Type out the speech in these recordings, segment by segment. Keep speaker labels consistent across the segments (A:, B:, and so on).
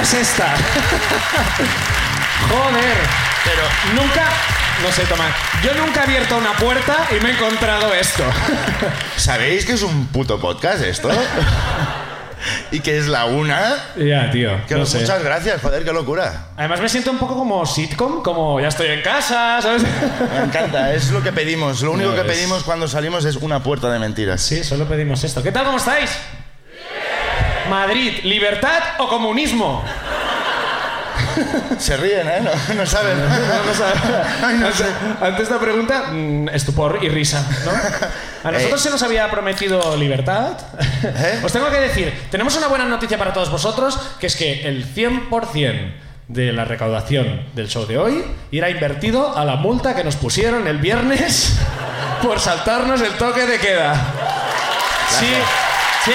A: es esta? Joder. Pero nunca, no sé, Tomás, yo nunca he abierto una puerta y me he encontrado esto.
B: ¿Sabéis que es un puto podcast esto? y que es la una.
A: Ya, tío.
B: Que
A: no
B: os-
A: sé.
B: Muchas gracias, joder, qué locura.
A: Además me siento un poco como sitcom, como ya estoy en casa, ¿sabes?
B: Me encanta, es lo que pedimos. Lo único
A: Ya
B: que
A: ves.
B: pedimos cuando salimos es una puerta de mentiras.
A: Sí, solo pedimos esto. ¿Qué tal, cómo estáis? Madrid, ¿libertad o comunismo?
B: Se ríen, ¿eh? No, no saben.
A: Vamos a-
B: Ay, no sé.
A: Ante esta pregunta, mm, estupor y risa, ¿no? A nosotros se nos había prometido libertad.
B: ¿Eh?
A: Os tengo que decir, tenemos una buena noticia para todos vosotros, que es que el 100% de la recaudación del show de hoy irá invertido a la multa que nos pusieron el viernes por saltarnos el toque de queda. Sí, sí.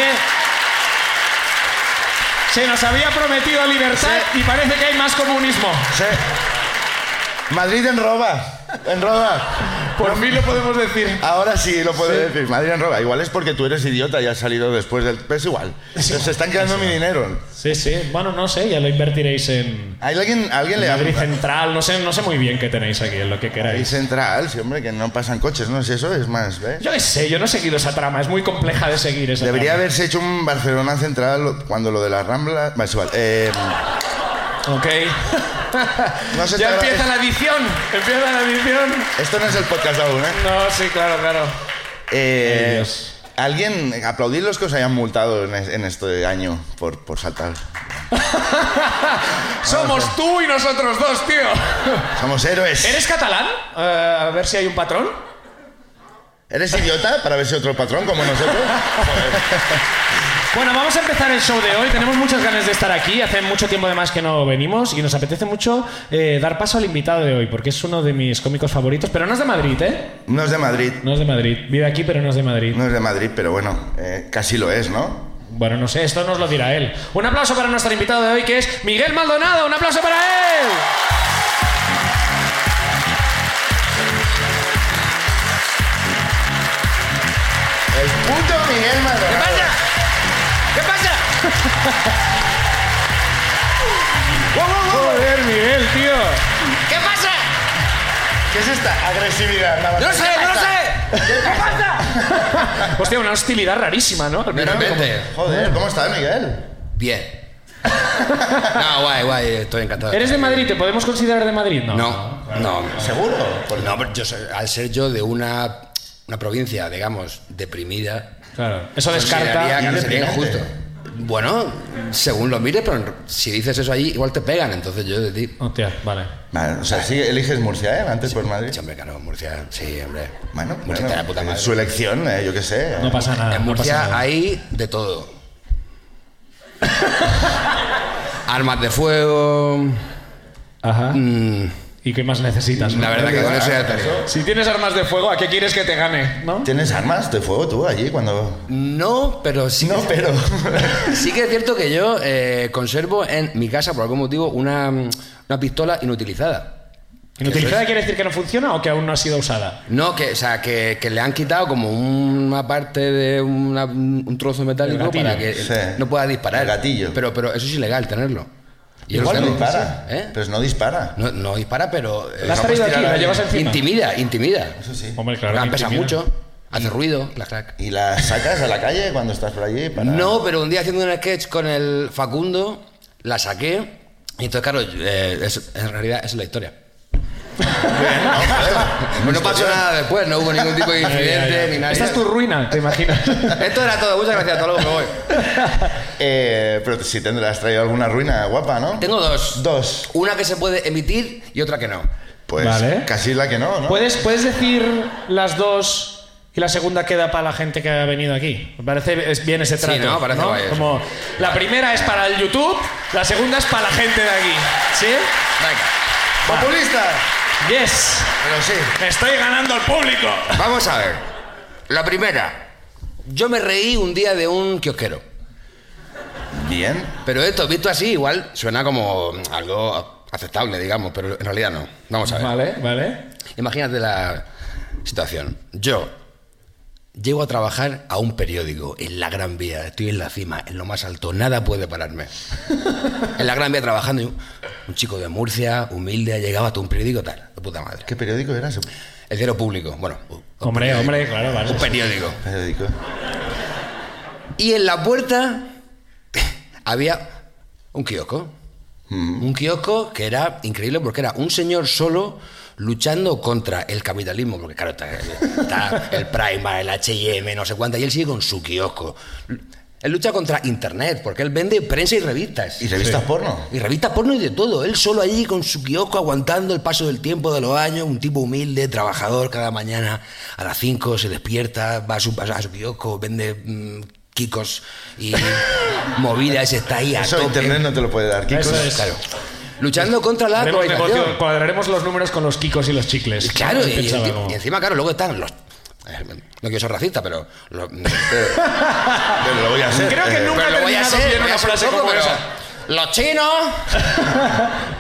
A: Se nos había prometido libertad y parece que hay más comunismo.
B: Sí. Madrid en roba. En roba. Pues
A: Por mí lo podemos decir.
B: Ahora sí lo puedo decir. Madrid en roba. Igual es porque tú eres idiota y has salido después del. Pero es igual. Se están quedando mi dinero.
A: Sí, sí. Bueno, no sé, ya lo invertiréis en
B: ¿Hay alguien, alguien le
A: Madrid
B: habla?
A: Central. No sé, no sé muy bien qué tenéis aquí, en lo que
B: Ahí
A: queráis.
B: central, sí, hombre, que no pasan coches, ¿no? Si eso es más. ¿eh?
A: Yo qué sé, yo no he seguido esa trama. Es muy compleja de seguir esa
B: Debería
A: trama.
B: haberse hecho un Barcelona central cuando lo de la Rambla. Vale, es igual. Eh,
A: Ok.
B: No se
A: ya
B: te haga-
A: empieza la edición. Empieza la edición.
B: esto no es el podcast aún, ¿eh?
A: No, sí, claro, claro.
B: Eh,
A: Ay, Dios.
B: Alguien, aplaudir los que os hayan multado en, es- en este año por, por saltar.
A: Somos tú y nosotros dos, tío.
B: Somos héroes. ¿Eres,
A: Ah, ¿Eres catalán? Eh, a ver si hay un patrón.
B: idiota? Para ver si otro patrón como nosotros.
A: Bueno, vamos a empezar el show de hoy. Tenemos muchas ganas de estar aquí. Hace mucho tiempo además que no venimos y nos apetece mucho eh, dar paso al invitado de hoy porque es uno de mis cómicos favoritos, pero no es de Madrid, ¿eh?
B: No es de Madrid.
A: No es de Madrid. Vive aquí, pero no es de Madrid.
B: No es de Madrid, pero bueno, eh, casi lo es, ¿no?
A: Bueno, no sé, esto nos lo dirá él. Un aplauso para nuestro invitado de hoy que es Miguel Maldonado. Un aplauso para él.
B: El punto Miguel
A: ¿Qué
B: Maldonado.
A: pasa? ¿Qué pasa? Joder, Miguel, tío.
C: ¿Qué pasa?
B: ¿Qué es esta agresividad? Nada más.
C: No sé, no sé.
A: Hostia, una hostilidad rarísima, ¿no? Al
C: De
A: final,
C: repente.
B: Joder, ¿cómo estás, Miguel?
C: Bien. No, guay, guay, estoy encantado.
A: como- ¿Eres de Madrid? ¿Te podemos considerar de Madrid?
C: No, no.
B: ¿Seguro?
C: Pues no, pero yo soy- al ser yo de una, una provincia, digamos, deprimida,
A: Claro. Eso
C: consideraría
A: descarta.
C: que sería
B: Independiente.
C: injusto. Bueno, según lo mires, pero si dices eso ahí, igual te pegan. Entonces yo de ti.
A: Hostia, vale.
B: Vale, o sea, sí, eliges Murcia, ¿eh? Antes por Madrid.
C: Sí, hombre, claro, Murcia, sí, hombre.
B: Bueno, bueno,
C: Murcia
B: pues
C: está de puta madre.
B: su elección, eh, yo qué sé.
A: No pasa nada.
C: En
A: Ah, no pasa
C: Murcia
A: nada.
C: hay de todo. Armas de fuego.
A: Ajá. ¿Y qué más necesitas?
C: Mm. La
A: no?
C: verdad que con eso ya te
A: Si tienes armas de fuego, ¿a qué quieres que te gane? ¿No?
B: ¿Tienes armas de fuego tú allí cuando.?
C: No, pero sí.
B: No, pero.
C: Sí que es cierto que yo eh, conservo en mi casa, por algún motivo, una, mm, una pistola inutilizada.
A: ¿Inutilizada quiere decir que no funciona o que aún no ha sido usada?
C: No, que, o sea, que, que le han quitado como una parte de una- un trozo metálico
A: gatillo.
C: para que
B: Sí.
C: no pueda disparar.
B: El gatillo.
C: Pero, pero eso es ilegal tenerlo. Y yo
B: Igual
C: lo
B: no
C: tengo.
B: dispara.
C: ¿Eh?
B: Pero no dispara.
C: No, no dispara, pero. eh,
A: ¿La has
B: no puedes
A: traído aquí?
B: tirar
A: ¿La
B: ahí.
A: llevas encima?
C: intimida, intimida.
B: Eso sí.
A: Hombre, claro. que
C: Ah, pesa
A: intimida.
C: mucho, hace ruido, clac, clac.
B: ¿Y la sacas a la calle cuando estás por allí? para-
C: No, pero un día haciendo un sketch con el Facundo, la saqué. Y entonces, claro, eh, es- en realidad esa es la historia. Pues no pasó nada después, no hubo ningún tipo de
A: Ya, ya, ya.
C: incidente ni nada.
A: Esta es tu ruina, te imaginas.
C: Esto era todo, muchas gracias, hasta luego, me voy.
B: Eh, pero si tendrás traído alguna ruina guapa, ¿no?
C: Tengo dos.
B: Dos.
C: Una que se puede emitir y otra que no.
B: Pues
A: Vale.
B: casi la que
C: Ah.
B: no, ¿no?
A: ¿Puedes,
C: Pues-
A: ¿Puedes decir las dos y la segunda queda para la gente que ha venido aquí? Me parece es- bien ese
C: Sí,
A: trato.
C: ¿no? Parece guay eso.
A: Como la primera es para el YouTube, la segunda es para la gente de aquí. ¿Sí?
C: Venga,
B: ¡Populista!
A: Yes.
B: Pero sí.
A: Me estoy ganando al público.
C: vamos a ver. La primera. Yo me reí un día de un kiosquero.
B: Bien.
C: Pero esto, visto así, igual suena como algo aceptable, digamos, pero en realidad no. Vamos a ver.
A: Vale, vale.
C: Imagínate la situación. Yo Llego a trabajar a un periódico, en la Gran Vía, estoy en la cima, en lo más alto, nada puede pararme. en la Gran Vía trabajando, y un, un chico de Murcia, humilde, llegaba a un periódico tal, de puta madre.
B: ¿Qué periódico era ese
C: El cero público, bueno. un
A: Hombre,
C: periódico.
A: hombre, claro, vale.
C: Un periódico.
B: periódico?
C: Y en la puerta había un kiosco.
B: Mm.
C: Un kiosco que era increíble porque era un señor solo luchando contra el capitalismo, porque claro, está, está el Prima, el HM, no sé cuánta, y él sigue con su kiosco. Él lucha contra Internet, porque él vende prensa y revistas.
B: ¿Y revistas
A: Sí.
B: porno?
C: Y revistas porno y de todo. Él solo allí con su kiosco aguantando el paso del tiempo, de los años, un tipo humilde, trabajador, cada mañana a las 5 se despierta, va a su, a su kiosco, vende mm, kikos y movidas, está ahí a
B: Eso
C: tope.
B: internet no te lo puede dar, Kikos.
A: Eso es.
C: Claro. Luchando contra la
A: Haremos negocio-
C: globalización.
A: cuadraremos los números con los kikos y los chicles.
C: Claro, y,
A: Pensaba
C: y-
A: como-
C: y encima, claro, luego están los... eh, No quiero ser racista, pero... los-
B: Pero lo voy a hacer.
A: Creo que
B: Eh,
A: nunca-
C: pero lo voy a
A: terminado
C: hacer,
A: bien
C: lo voy a
A: una
C: hacer un
A: frase
C: poco,
A: como
C: pero
A: esa.
C: Los chinos...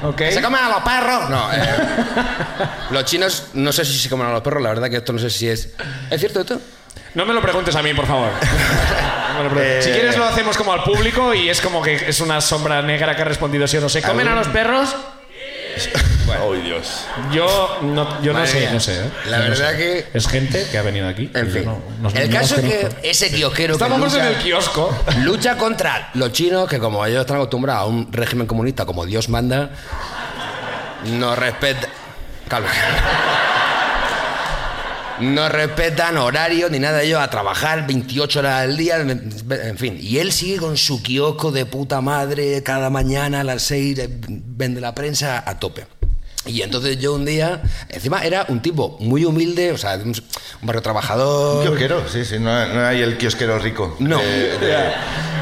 A: Ok.
C: ¡Que se comen a los perros! Eh. No, eh, los chinos, no sé si se comen a los perros, la verdad que esto no sé si es. ¿Es cierto esto?
A: No me lo preguntes a mí, por favor. No me lo preguntes.
C: Eh.
A: Si quieres lo hacemos como al público y es como que es una sombra negra que ha respondido sí o no. ¿Se comen a los perros?
B: Ay, Dios.
A: Yo no, yo no
C: Madre
A: sé,
C: mía.
A: no sé. ¿eh?
C: La
A: Yo no
C: verdad
A: sé.
C: que-
A: Es gente que ha venido aquí.
C: En
A: y
C: fin.
A: yo no- no-
C: el
A: no
C: caso
A: los
C: es que
A: conozco.
C: ese kiosquero que
A: Estábamos en
C: lucha,
A: el kiosco.
C: lucha contra los chinos, que como ellos están acostumbrados a un régimen comunista como Dios manda, no respeta. Calma. No respetan horario ni nada ellos a trabajar 28 horas al día, en fin. Y él sigue con su kiosco de puta madre, cada mañana a las 6 vende la prensa a tope. Y entonces yo un día, encima era un tipo muy humilde, o sea, de un un barrio
B: Un
C: trabajador.
B: Kiosquero, sí, sí, no, no hay el kiosquero rico.
C: No.
B: De- de-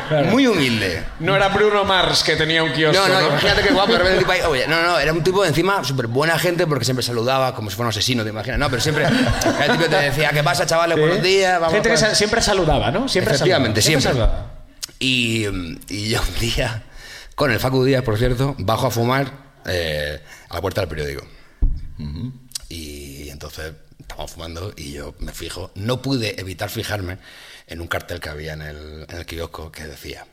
A: Claro.
C: Muy humilde.
A: No era Bruno Mars que tenía un kiosco.
C: No, no,
A: No,
C: imagínate que guapo. de repente el tipo ahí, oye, no, no, era un tipo de encima súper buena gente porque siempre saludaba como si fuera un asesino, te imaginas. No, pero siempre el tipo te decía, ¿qué pasa, chavales? Buenos días, vamos
A: Gente
C: a
A: que
C: jugar".
A: sa- siempre saludaba, ¿no? Siempre
C: Efectivamente,
A: saludaba.
C: siempre.
A: saludaba.
C: Y, mm, y yo un día, con el Facu Díaz, por cierto, bajo a fumar eh, a la puerta del periódico. Y entonces estábamos fumando y yo me fijo. No pude evitar fijarme en un cartel que había en el, en el kiosco que decía: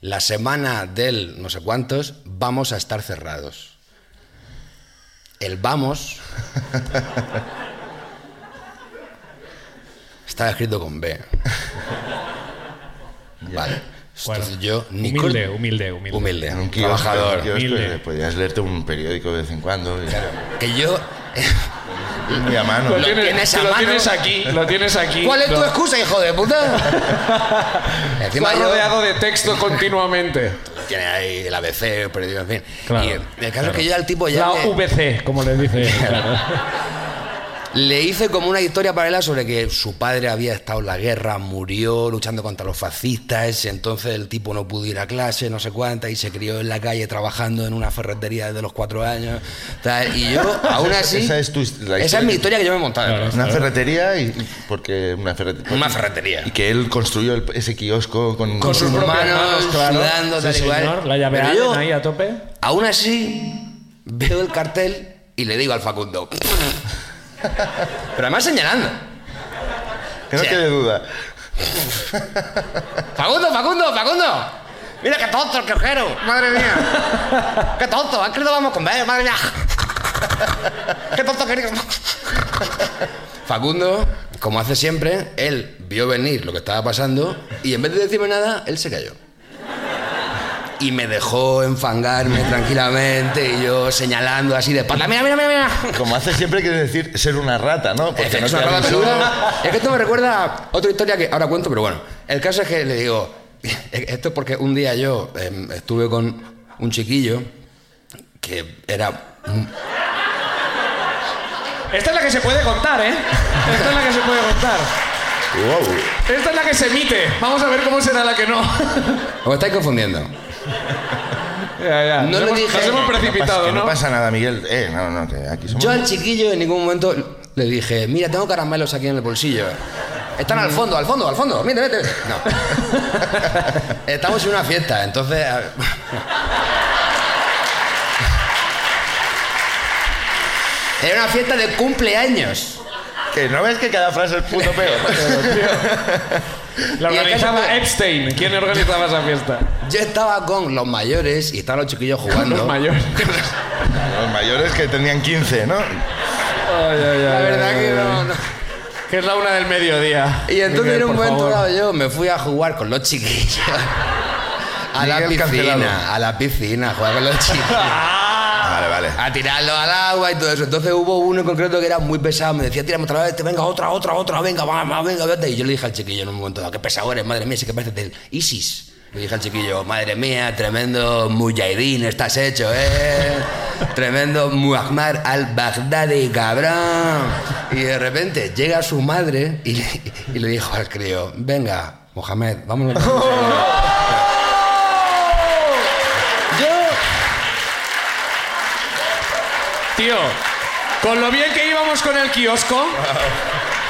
C: La semana del no sé cuántos vamos a estar cerrados. El vamos. estaba escrito con B. Vale.
A: Bueno,
C: Entonces yo ni
A: humilde,
C: cor-
A: humilde, humilde.
C: humilde,
B: En un kiosco,
C: trabajador.
B: en un kiosco,
A: humilde.
B: eh, podías leerte un periódico de vez en cuando. y-
C: Que yo.
B: Muy a mano.
A: Lo,
C: Lo
A: tienes,
C: tienes a
A: lo
C: mano.
A: tienes aquí, lo tienes aquí.
C: ¿Cuál es tu
A: Lo-
C: excusa, hijo de puta? Encima
A: Está
C: yo-
A: rodeado de texto continuamente.
C: Tiene ahí el ABC, el periódico, en fin.
A: Claro,
C: y eh, el caso
A: claro.
C: es que yo al tipo ya
A: La
C: le,
A: VC, como le dice. claro.
C: le hice como una historia paralela sobre que su padre había estado en la guerra, murió luchando contra los fascistas, entonces el tipo no pudo ir a clase, no sé cuánta, y se crió en la calle trabajando en una ferretería desde los cuatro años. tal, y yo, aún así...
B: Esa es tu his- la historia
C: esa es mi
B: que-
C: historia que yo me he montado.
A: Claro.
B: Una ferretería y y- porque una ferretería.
C: Una ferretería.
B: Y que él construyó el- ese kiosco con,
A: Con sus
C: sus
A: propias
C: manos,
A: manos, claro.
C: sudando, tal
A: Sí,
C: y cual.
A: señor, la llave
C: Pero
A: Allen
C: yo-
A: ahí a tope.
C: Aún así, veo el cartel y le digo al Facundo. Pero además señalando.
B: Que no
C: Sí.
B: quede duda.
C: ¡Facundo, Facundo, Facundo! Mira qué tonto el quejero, madre mía. Qué tonto, han creído vamos con ver, madre mía. Qué tonto querido. Facundo, como hace siempre, él vio venir lo que estaba pasando y en vez de decirme nada, él se cayó. Y me dejó enfangarme tranquilamente y yo señalando así de espalda. Mira, mira, mira, mira.
B: Como hace siempre, quiere decir ser una rata, ¿no?
C: Es que,
B: no
C: es,
B: te
C: una rata
B: avisó.
C: peluda. Es que esto me recuerda a otra historia que ahora cuento, pero bueno. El caso es que le digo, esto es porque un día yo em, estuve con un chiquillo que era...
A: Esta es la que se puede contar, ¿eh? Esta es la que se puede contar.
B: Wow.
A: Esta es la que se emite. Vamos a ver cómo será la que no.
C: Os estáis confundiendo.
A: Ya, ya.
C: No
A: Nos
C: le
A: hemos-
C: dije.
A: Nos hemos
B: No
C: Que
B: pasa,
A: precipitado,
B: que
A: ¿no?
B: no pasa nada, Miguel. Eh, no, no, que aquí somos.
C: Yo al chiquillo en ningún momento le dije, mira, tengo caramelos aquí en el bolsillo. Están al fondo, al fondo, al fondo. Mira, mira, mira. No. Estamos en una fiesta, entonces... a ver. Era una fiesta de cumpleaños.
B: Que no ves que cada frase es puto peor.
A: La
C: Y el caso
A: organizaba
C: de-
A: Epstein. ¿Quién organizaba esa fiesta?
C: Yo estaba con los mayores y estaban los chiquillos jugando.
A: Los mayores.
B: Los mayores que tenían 15, ¿no?
C: La verdad que no, no.
A: Que es la una del mediodía.
C: Y entonces
A: Miguel,
C: en un
A: por
C: momento
A: favor.
C: dado yo me fui a jugar con los chiquillos. A la
B: Miguel Cancelado.
C: piscina, a la piscina, a jugar con los chiquillos.
A: Ah,
B: Vale, vale.
C: A tirarlo al agua y todo eso. Entonces hubo uno en concreto que era muy pesado. Me decía, tírame otra vez, venga, otra, otra, otra, venga, vamos, venga, vete. Y yo le dije al chiquillo en un momento dado, qué pesado eres, madre mía, sí que pareces del ISIS. Le dije al chiquillo, madre mía, tremendo mujahideen estás hecho, ¿eh? Tremendo Muammar al-Baghdadi, cabrón. Y de repente llega su madre y le, y le dijo al crío, venga, Mohamed, vámonos.
A: Yo. Tío, con lo bien que íbamos con el kiosco.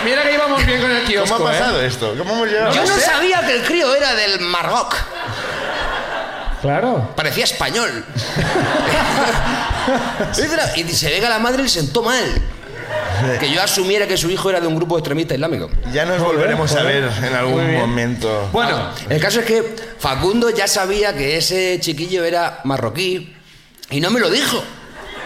A: Mira que íbamos bien con el kiosco.
B: ¿Cómo ha
A: ¿eh?
B: pasado esto? ¿Cómo hemos llegado?
C: Yo no
A: sé.
C: sabía que el crío era del Marroc.
A: Claro.
C: parecía español. y se ve que a la madre le sentó mal. Que yo asumiera que su hijo era de un grupo extremista islámico.
B: Ya nos volveremos a ver en
A: Muy
B: algún
A: bien.
B: momento.
A: Bueno,
C: El caso es que Facundo ya sabía que ese chiquillo era marroquí y no me lo dijo.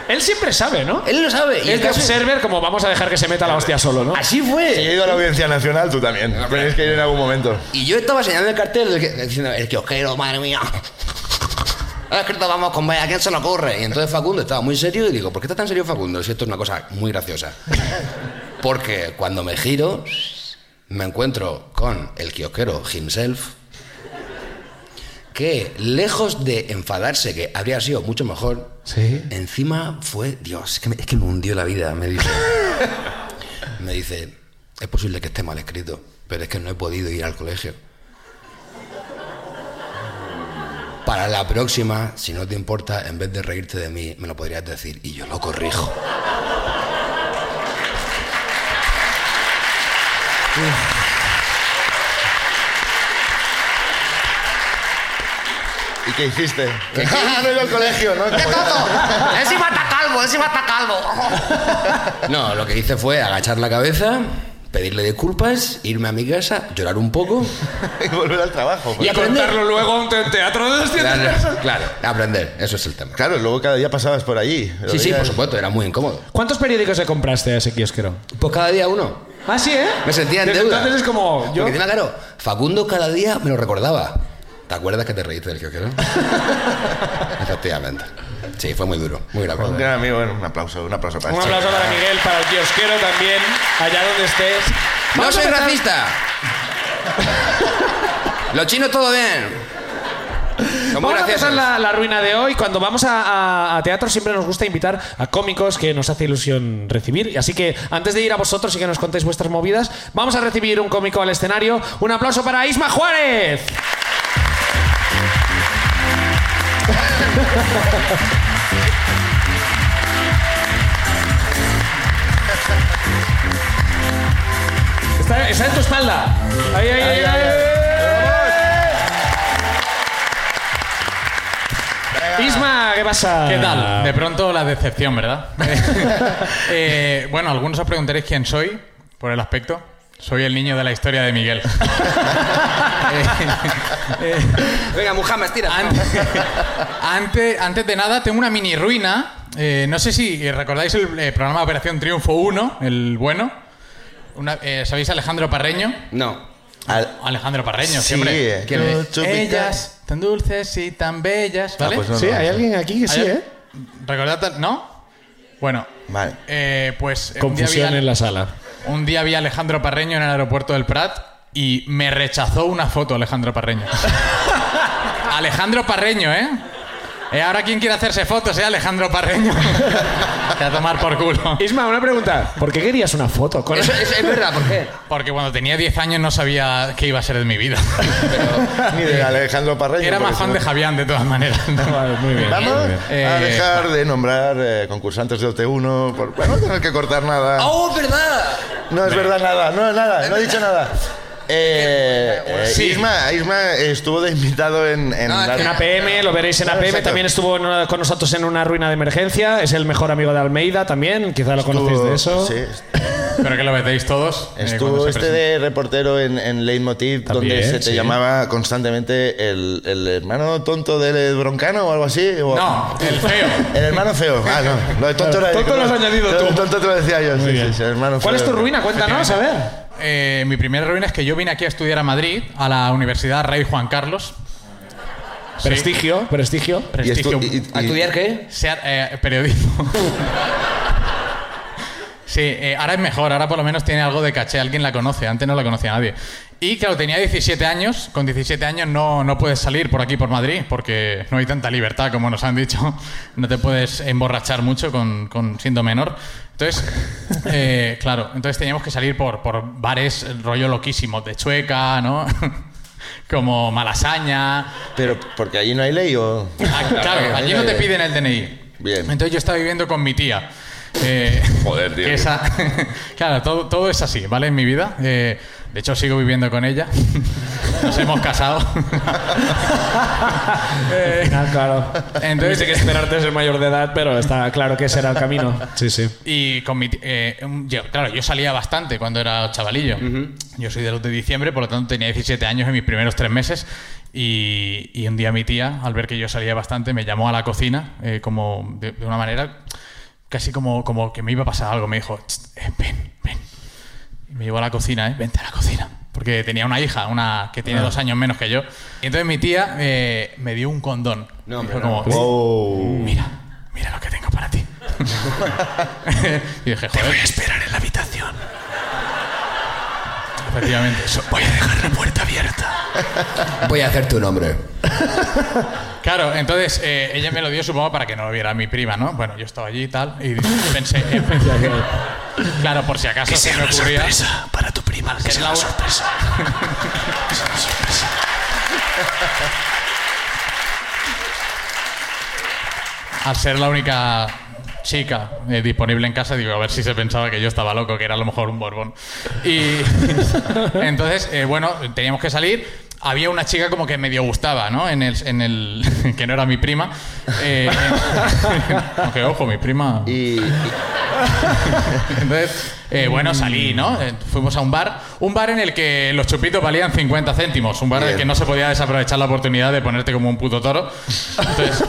A: él siempre sabe, ¿no?
C: Él lo sabe. Y
A: Es
C: el
A: de
C: caso es-
A: observer, como vamos a dejar que se meta la hostia solo, ¿no?
C: Así fue.
B: Si he ido a la Audiencia Nacional, tú también. Tenéis que ir en algún momento.
C: Y yo estaba señalando el cartel el que- diciendo, el kiosquero, madre mía. Ha escrito, vamos con vaya, ¿a quién se le ocurre? Y entonces Facundo estaba muy serio y digo, ¿por qué está tan serio Facundo? Si esto es una cosa muy graciosa. Porque cuando me giro, me encuentro con el kiosquero himself, que lejos de enfadarse, que habría sido mucho mejor,
A: Sí.
C: encima fue, Dios, es que me, es que me hundió la vida, me dice. me dice, es posible que esté mal escrito, pero es que no he podido ir al colegio. Para la próxima, si no te importa, en vez de reírte de mí, me lo podrías decir y yo lo corrijo.
B: ¿Y qué hiciste? Ah, no he ido al colegio, ¿no?
C: ¡Encima está calvo! ¡Encima está calvo! No, lo que hice fue agachar la cabeza, pedirle disculpas, irme a mi casa, llorar un poco
B: Y volver al trabajo.
C: y
B: pues.
C: aprender.
A: Contarlo luego en un teatro de 200
C: Claro,
A: personas.
C: claro, aprender, eso es el tema.
B: Claro, luego cada día pasabas por allí. Lo
C: Sí, sí,
B: veías.
C: por supuesto, era muy incómodo.
A: ¿Cuántos periódicos le compraste a ese kiosquero?
C: Pues cada día uno.
A: Ah, sí, ¿eh?
C: Me sentía en
A: Desde
C: deuda.
A: Entonces es como. Yo,
C: Porque encima, claro, Facundo cada día me lo recordaba. ¿Te acuerdas que te reíste del kiosquero? Efectivamente. Sí, fue muy duro, muy
B: Un
C: grave.
B: gran amigo, bueno, un aplauso, un aplauso para
A: Un
B: este.
A: aplauso para Miguel, para el kiosquero también, allá donde estés.
C: ¡No
A: Vamos a
C: soy
A: empezar-
C: racista! Los chinos todo bien. Son muy
A: Vamos a empezar
C: graciosos.
A: la, la ruina de hoy. Cuando vamos a, a- a teatro siempre nos gusta invitar a cómicos que nos hace ilusión recibir. Así que antes de ir a vosotros y que nos contéis vuestras movidas, vamos a recibir un cómico al escenario. Un aplauso para Isma Juárez. Está, está en tu espalda. Ahí, ahí, ahí, ahí. Isma, ¿qué pasa?
D: ¿Qué
B: Ah.
D: tal? De pronto la decepción, ¿verdad? Eh, bueno, algunos os preguntaréis quién soy por el aspecto. Soy el niño de la historia de Miguel. Eh,
C: Venga, Muhammad, tira.
A: Ah,
D: Antes, antes, antes de nada, tengo una mini ruina. Eh, no sé si recordáis el eh, programa Operación Triunfo 1, el bueno. Una- eh, ¿Sabéis Alejandro Parreño?
C: No.
B: Al-
D: Alejandro Parreño,
B: Sí,
D: siempre.
B: eh.
D: Que le-
B: Chupica.
D: Ellas, tan dulces y tan bellas. ¿Vale?
B: pues no,
A: Sí,
B: no,
A: hay
B: no.
A: alguien aquí que sí,
D: Hay-
A: ¿eh?
D: ¿Recordad? tal- ¿No? Bueno.
B: Vale.
D: eh, pues. un día vi
A: Confusión
D: al-
A: en la sala.
D: Un día vi a Alejandro Parreño en el aeropuerto del Prat y me rechazó una foto Alejandro Parreño. Alejandro Parreño, ¿eh? Eh, ahora quien quiere hacerse fotos, ¿eh? Alejandro Parreño. Te a tomar por culo.
A: Isma, una pregunta. ¿Por qué querías una foto con
C: Eso, eso es verdad, ¿por qué?
D: Porque cuando tenía 10 años no sabía qué iba a ser de mi vida.
B: Ni de Alejandro Parreño.
D: Era
B: porque
D: más
B: si
D: fan
B: no-
D: de Javián, de todas maneras.
A: Vale, muy bien.
B: Vamos
A: muy bien.
B: a
D: Eh,
B: dejar de nombrar eh, concursantes de OT1 por para no tener que cortar nada.
A: Ah.
C: ¡Oh, verdad!
B: No es verdad nada, no nada, no he dicho nada. Eh, eh,
D: Sí.
B: Isma, Isma estuvo de invitado en, en
C: No, es
B: la-
C: que
A: En APM, lo veréis en
B: Claro,
A: APM.
B: exacto.
A: También estuvo en una- con nosotros en una ruina de emergencia. Es el mejor amigo de Almeida también. Quizá lo conocéis de eso. Eh,
B: Sí.
D: Pero que lo vetéis todos. eh, cuando
B: Estuvo
D: se
B: este
D: presente.
B: de reportero en, en Leitmotiv,
A: También,
B: donde se te
A: sí.
B: llamaba constantemente el, el hermano tonto del broncano o algo así. o-
D: No, el feo.
B: El hermano feo. Ah, no. Lo de tonto, era-
A: Tonto lo has añadido tú.
B: Tonto te lo decía yo. Sí,
A: bien.
B: sí, sí, el hermano
A: ¿Cuál es
B: feo.
A: tu ruina? Cuéntanos, a ver.
D: Eh, mi primera ruina es que yo vine aquí a estudiar a Madrid, a la Universidad Rey Juan Carlos. Sí.
A: Prestigio, prestigio.
B: Y estu-
D: Prestigio.
B: y- y-
C: ¿A estudiar qué?
D: Sea- eh, periodismo. sí, eh, ahora es mejor, ahora por lo menos tiene algo de caché, alguien la conoce, antes no la conocía nadie. Y claro, tenía 17 años, con 17 años no, no puedes salir por aquí, por Madrid, porque no hay tanta libertad como nos han dicho, no te puedes emborrachar mucho con, con siendo menor. Entonces, eh, claro, entonces teníamos que salir por, por bares rollo loquísimo, de chueca, ¿no? como Malasaña,
B: Pero porque allí no hay ley o.
D: Ah, claro, allí no te piden el DNI.
B: Bien.
D: Entonces yo estaba viviendo con mi tía. eh,
B: Joder, tío.
D: que esa- claro, todo, todo es así, ¿vale? En mi vida. Eh, de hecho, sigo viviendo con ella. Nos hemos casado. Eh,
A: Ah, claro.
D: Entonces-
A: Tuviste que esperarte a ser mayor de edad, pero está claro que ese era el camino. Sí, sí.
D: Y con mi ti- eh, un- yo- claro, yo salía bastante cuando era chavalillo. Yo soy de los de diciembre, por lo tanto tenía 17 años en mis primeros tres meses. Y, y un día mi tía, al ver que yo salía bastante, me llamó a la cocina, eh, como de, de una manera casi como, como que me iba a pasar algo. Me dijo, "Tst, eh, ven, ven. Y me llevó a la cocina, ¿eh? Vente a la cocina. Porque tenía una hija, una que
C: Ah.
D: tiene dos años menos que yo. Y entonces mi tía eh, me dio un condón.
C: No,
D: Dijo
C: hombre, no.
A: ¿eh?
D: como,
B: Oh.
D: Mira, mira lo que tengo para ti. y dije, joder. Te voy a esperar en la habitación. Efectivamente. voy a dejar la puerta abierta.
C: Voy a hacer tu nombre.
D: Claro, entonces eh, ella me lo dio, supongo, para que no lo viera mi prima, ¿no? Bueno, yo estaba allí y tal, y pensé. eh, claro, por si acaso se me ocurría.
E: para tu prima.
D: que sea una
E: sorpresa.
D: al ser la única chica eh, disponible en casa, digo, a ver si se pensaba que yo estaba loco, que era a lo mejor un borbón. Y entonces, eh, bueno, teníamos que salir. Había una chica como que medio gustaba, ¿no? En el, en el que no era mi prima. Eh, aunque, ojo, mi prima.
B: Y, y-
D: Entonces, eh, bueno, salí, ¿no? Eh, Fuimos a un bar, un bar en el que los chupitos valían 50 céntimos, un bar en el
B: Bien.
D: que no se podía desaprovechar la oportunidad de ponerte como un puto toro. Entonces,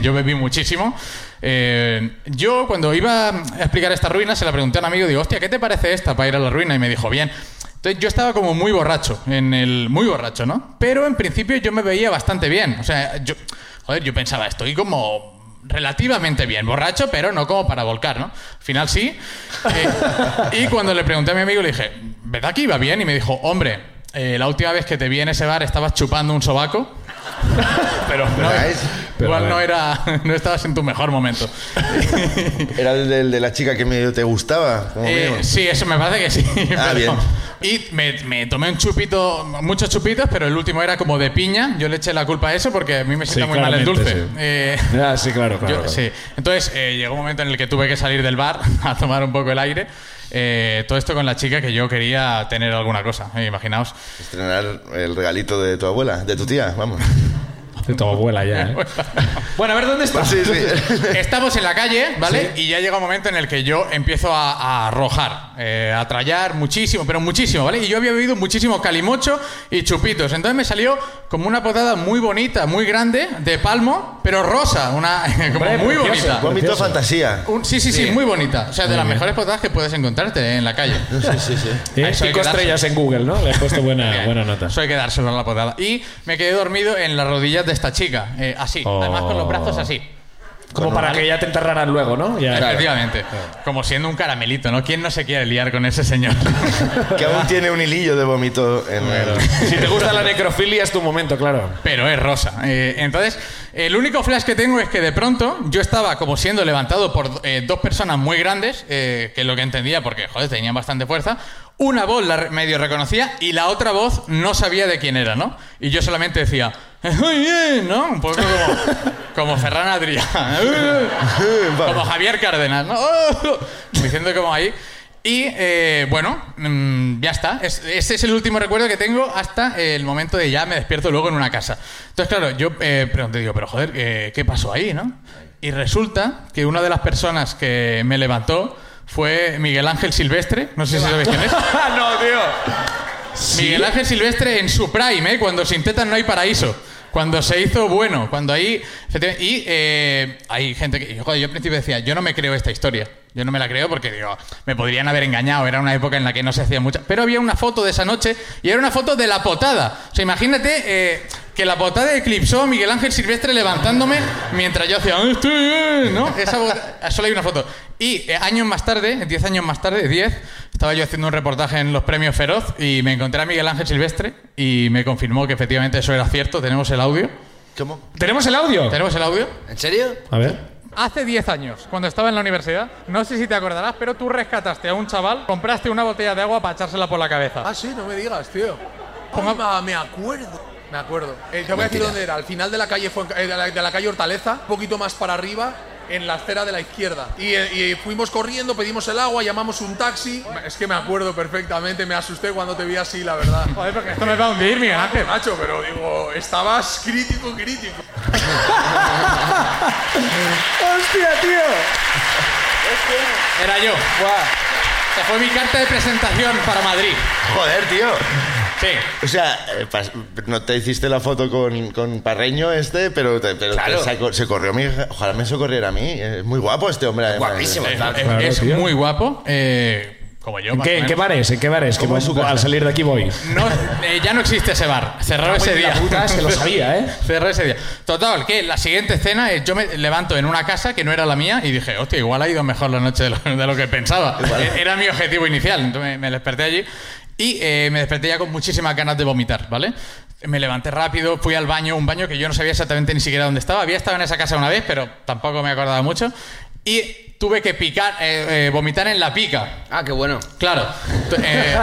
D: yo bebí muchísimo. Eh, yo, cuando iba a explicar esta ruina, se la pregunté a un amigo, digo, hostia, ¿qué te parece esta para ir a la ruina? Y me dijo, bien. Entonces yo estaba como muy borracho, en el muy borracho, ¿no? Pero en principio yo me veía bastante bien. O sea, yo, joder, yo pensaba, estoy como relativamente bien, borracho, pero no como para volcar, ¿no? Al final sí. Eh, y cuando le pregunté a mi amigo, le dije, ¿verdad que iba bien? Y me dijo, hombre, eh, la última vez que te vi en ese bar estabas chupando un sobaco. pero no,
B: ¿Verdad?
A: Pero
D: igual
A: no
D: no era, no estabas en tu mejor momento.
B: era el del- de la chica que medio te gustaba. Como
D: Eh,
B: mínimo.
D: sí, eso me parece que sí.
B: Ah,
D: pero-
B: bien.
D: Y me, me tomé un chupito, muchos chupitos, pero el último era como de piña. Yo le eché la culpa a eso porque a mí me sienta muy mal el
A: claramente,
D: dulce.
A: sí.
D: Eh,
A: Ah, sí, claro, claro.
D: Yo- sí. Entonces eh, llegó un momento en el que tuve que salir del bar a tomar un poco el aire. Eh, todo esto con la chica que yo quería tener alguna cosa, eh, imaginaos.
B: Estrenar el regalito de tu abuela, de tu tía, vamos.
A: De tu abuela ya, ¿eh? Bueno, a ver dónde está.
B: Sí, sí.
D: Estamos en la calle, ¿vale? Y ya llega un momento en el que yo empiezo a, a arrojar, eh, a trallar muchísimo, pero muchísimo, ¿vale? Y yo había bebido muchísimo calimocho y chupitos. Entonces me salió como una potada muy bonita, muy grande, de palmo, pero rosa, una como
A: Hombre,
D: muy
A: precioso.
D: bonita.
B: Vómito
A: Precioso.
B: fantasía.
D: Un- sí, sí, sí, muy bonita. O sea, de las mejores potadas que puedes encontrarte eh, en la calle.
B: Sí, sí, sí.
A: ¿Eh?
D: Eso hay
A: Cinco
D: que darse.
A: estrellas en Google, ¿no? Le has puesto buena, Ah, buena nota.
D: Eso hay que dárselo a la potada. Y me quedé dormido en las rodillas de esta chica, eh, así.
A: Oh.
D: Además con los brazos así.
A: Como para que ya te enterraran luego, ¿no? Ya.
D: Efectivamente. Como siendo un caramelito, ¿no? ¿Quién no se quiere liar con ese señor?
B: Que aún tiene un hilillo de vómito en el.
A: Si te gusta la necrofilia es tu momento, claro.
D: Pero es rosa. Eh, entonces, el único flash que tengo es que de pronto yo estaba como siendo levantado por eh, dos personas muy grandes, eh, que es lo que entendía porque, joder, tenían bastante fuerza. Una voz la re- medio reconocía y la otra voz no sabía de quién era, ¿no? Y yo solamente decía, "Ay, eh", ¿no? Un poco como, como Ferran Adrià. como Javier Cárdenas, ¿no? Diciendo como ahí. Y eh, bueno, mm, ya está. Es- ese es el último recuerdo que tengo hasta el momento de ya me despierto luego en una casa. Entonces, claro, yo eh, pregunté, digo, pero joder, eh, ¿qué pasó ahí, no? Y resulta que una de las personas que me levantó fue Miguel Ángel Silvestre. No sé si sabéis quién es.
A: no, tío.
D: Miguel Ángel Silvestre en su prime, ¿eh? cuando sin tetas no hay paraíso. Cuando se hizo bueno, cuando ahí... efectivamente- Y eh, hay gente que... Joder, yo al principio decía, yo no me creo esta historia. Yo no me la creo porque, digo, me podrían haber engañado. Era una época en la que no se hacía mucha... Pero había una foto de esa noche y era una foto de la potada. O sea, imagínate eh, que la potada eclipsó a Miguel Ángel Silvestre levantándome mientras yo hacía... "Ah, "Estoy bien", ¿No? Esa bota- Solo hay una foto. Y eh, años más tarde, 10 años más tarde, 10, estaba yo haciendo un reportaje en los premios Feroz y me encontré a Miguel Ángel Silvestre y me confirmó que efectivamente eso era cierto. Tenemos el audio.
B: ¿Cómo?
A: ¿Tenemos el audio?
D: ¿Tenemos el audio?
C: ¿En serio?
A: A ver.
D: Hace 10 años, cuando estaba en la universidad, no sé si te acordarás, pero tú rescataste a un chaval, compraste una botella de agua para echársela por la cabeza.
E: Ah, sí, no me digas, tío. Ah, me acuerdo. Me acuerdo. Eh, te voy a decir
C: Mentira.
E: dónde era. Al final de la calle Fuenca- eh, de, la, de la calle Hortaleza, un poquito más para arriba, en la acera de la izquierda. Y, eh, y fuimos corriendo, pedimos el agua, llamamos un taxi. Es que me acuerdo perfectamente, me asusté cuando te vi así, la verdad.
D: Joder, porque esto me va a hundir, Miguel Ángel.
E: Macho, pero digo, estabas crítico, crítico.
A: ¡Hostia, tío!
D: Era yo. Esta fue mi carta de presentación para Madrid.
B: Joder, tío.
D: Sí.
B: O sea, eh, pas- no te hiciste la foto con, con Parreño este, pero, te- pero te
C: Claro.
B: saco- se corrió a mí. Ojalá me socorriera a mí. Es muy guapo este hombre. además.
C: Guapísimo.
D: Es,
C: claro.
D: es-
A: Claro,
D: es
A: tío.
D: muy guapo, eh, como yo.
A: ¿En
D: más o
A: qué, en
D: menos.
A: qué bares? ¿En qué bares? Que
B: ¿Cómo es su
A: voy-
B: casa?
A: al salir de aquí voy.
D: No, eh, ya no existe ese bar. Cerró ese
A: en la
D: día.
A: puta, es que lo sabía, ¿eh?
D: Cerró ese día. Total, que la siguiente escena es yo me levanto en una casa que no era la mía y dije, hostia, igual ha ido mejor la noche de lo, de lo que pensaba. E- Era mi objetivo inicial. Entonces me, me desperté allí y eh, me desperté ya con muchísimas ganas de vomitar, ¿vale? Me levanté rápido, fui al baño, un baño que yo no sabía exactamente ni siquiera dónde estaba. Había estado en esa casa una vez, pero tampoco me acordaba mucho. Y tuve que picar, eh, eh, vomitar en la pica.
C: Ah, qué bueno.
D: Claro. T- eh,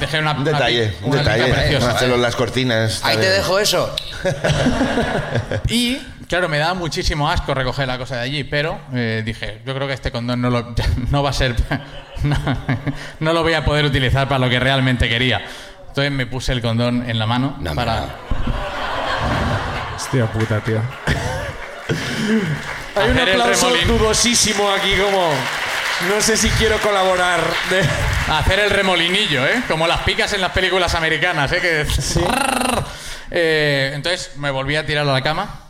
D: dejé una,
B: Un
D: una
B: detalle,
D: pica-
B: un
D: una pica
B: detalle. ¿eh?
D: preciosa.
B: Hacerlo en las cortinas.
C: Ahí te
B: también.
C: dejo eso.
D: Y, claro, me daba muchísimo asco recoger la cosa de allí, pero eh, dije, yo creo que este condón no, lo, ya no va a ser... No, no lo voy a poder utilizar para lo que realmente quería. Entonces me puse el condón en la mano
C: No,
D: para...
C: hombre,
A: Hostia puta, tío. Hay un
D: Hacer el
A: aplauso
D: remolín.
A: dudosísimo aquí, como. No sé si quiero colaborar. de-
D: Hacer el remolinillo, ¿eh? Como las picas en las películas americanas, ¿eh? Que... Eh, entonces me volví a tirar a la cama,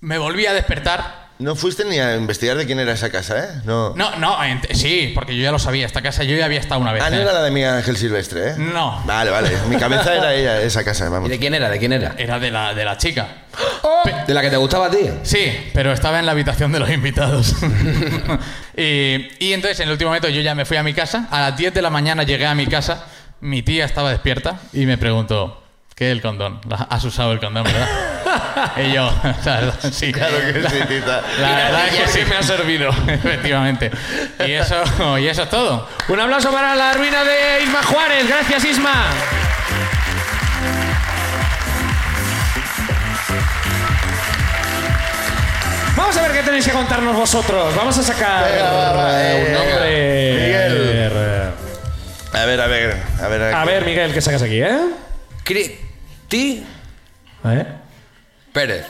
D: me volví a despertar,
B: No fuiste ni a investigar de quién era esa casa, ¿eh? No.
D: No, no, ent- sí, porque yo ya lo sabía. Esta casa yo ya había estado una vez.
B: Ah, no
D: ¿eh?
B: era la de Miguel Ángel Silvestre, ¿eh?
D: No.
B: Vale, vale. Mi cabeza era ella, esa casa,
C: ¿Y
B: vamos.
C: de quién era? ¿De quién era?
D: Era de la, de la chica.
C: ¿De la que te gustaba a ti?
D: Sí, pero estaba en la habitación de los invitados. y, y entonces, en el último momento, yo ya me fui a mi casa. A las 10 de la mañana llegué a mi casa. Mi tía estaba despierta y me preguntó, ¿qué es el condón? La- Has usado el condón, ¿verdad? y yo, la verdad, sí.
B: Claro que sí, tita.
D: La verdad es que sí me ha servido. Efectivamente. Y eso, y eso es todo.
A: Un aplauso para la ruina de Isma Juárez. Gracias, Isma. Vamos a ver qué tenéis que contarnos vosotros. Vamos a sacar
B: Venga, va, va,
A: eh, un
B: venga.
A: nombre.
B: A ver, a ver, a ver.
A: A ver, Miguel, ¿qué sacas aquí, eh?
C: Cristi
A: ¿Eh?
C: Pérez.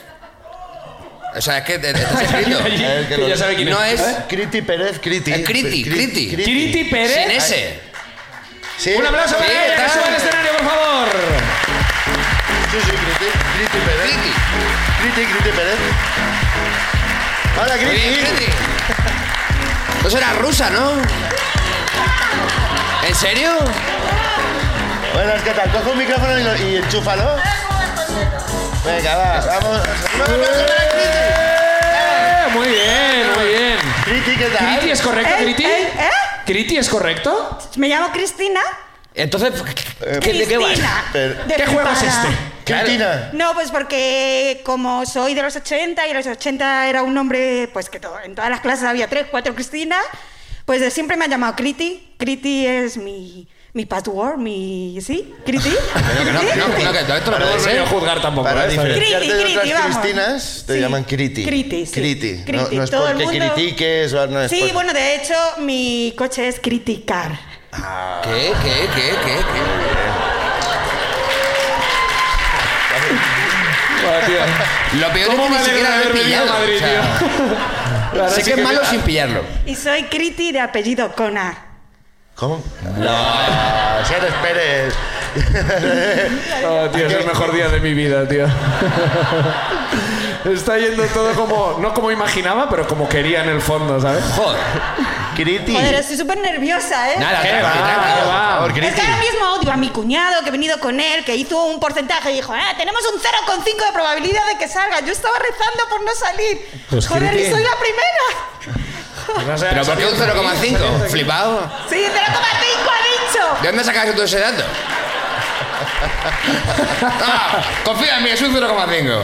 C: O sea, es que este te, te está escrito.
A: Allí,
B: A ver, que
A: que
B: lo-
A: ya sabe quién
C: No es
B: Criti Pérez, Criti.
C: Eh, Criti,
B: Cri-
C: Criti.
A: Kiriti
C: sin
A: Pérez.
C: ese.
B: Sí.
A: Un aplauso para
C: Sí,
A: ella, que
C: está.
A: suba al escenario, por favor.
B: Sí, sí, Criti. Criti Pérez.
C: Criti.
B: Criti, Criti Pérez. Hola,
C: Muy bien,
B: Criti.
C: Criti. Pues era rusa, ¿no? ¿En serio?
B: Buenas, ¿qué tal? Coge un micrófono y, lo- y enchúfalo. Venga, va, vamos. Un aplauso para Criti.
A: Eh, Muy bien, muy bien.
B: Criti, ¿qué tal?
A: ¿Criti es correcto,
F: ¿Eh?
A: Criti?
F: ¿Eh? ¿Eh?
A: ¿Criti es correcto?
F: Me llamo Cristina.
C: Entonces, ¿qué, ¿de qué vas?
F: Cristina,
B: Pero-
F: de
A: ¿Qué juego es
F: Prepara.
A: este?
B: Cristina.
F: No, pues porque como soy de los 80 y en los 80 era un nombre, pues que todo, en todas las clases había tres, cuatro Cristina, pues de siempre me han llamado Criti. Criti es mi, mi password, mi... ¿Sí? ¿Criti?
C: Pero Ah, que no, que no, que no, que todo esto no puede
A: No
C: ser.
A: quiero juzgar tampoco.
B: Para
A: ¿eh? Está bien.
B: diferenciarte de
F: Criti,
B: otras
F: criti, vamos.
B: cristinas, te
F: Sí.
B: llaman Criti.
F: Criti, sí.
B: Criti. No,
F: Criti,
B: no es
F: todo el
B: porque
F: mundo-
B: critiques o no es
F: Sí,
B: por-
F: bueno, de hecho, mi coche es criticar.
C: ¿Qué, qué, qué, qué, qué?
A: Joder, tío.
C: Lo peor
A: ¿Cómo
C: es que
A: me
C: ni
A: alegro de
C: siquiera lo he
A: haber venido a
C: pillado.
A: Madrid,
C: o sea,
D: Ahora
C: sé
D: sí
C: que es
D: que-
C: malo sin pillarlo.
F: Y soy Criti de apellido Cona.
B: ¿Cómo? No, si eres Pérez.
A: Ah,
G: Oh, tío, es el mejor día de mi vida, tío. Está yendo todo como, no como imaginaba, pero como quería en el fondo, ¿sabes?
C: Joder.
B: Criti.
F: Joder, estoy súper nerviosa, ¿eh?
C: Nada,
A: ¿Qué
C: tranqui,
A: va?
C: tranqui.
A: ¿Qué va?
B: Por favor,
F: Es
B: Criti.
F: que ahora mismo odio a mi cuñado que he venido con él, que hizo un porcentaje y dijo, ah, tenemos un 0,5 de probabilidad de que salga. Yo estaba rezando por no salir.
A: Pues,
F: Joder,
A: Criti.
F: y soy la primera.
C: ¿Pero por qué un 0,5? ¿Flipado?
F: Sí, 0,5 ha
C: ¿De
F: dicho.
C: dónde sacas tú ese dato? Ah, confía en mí, es un 0,5.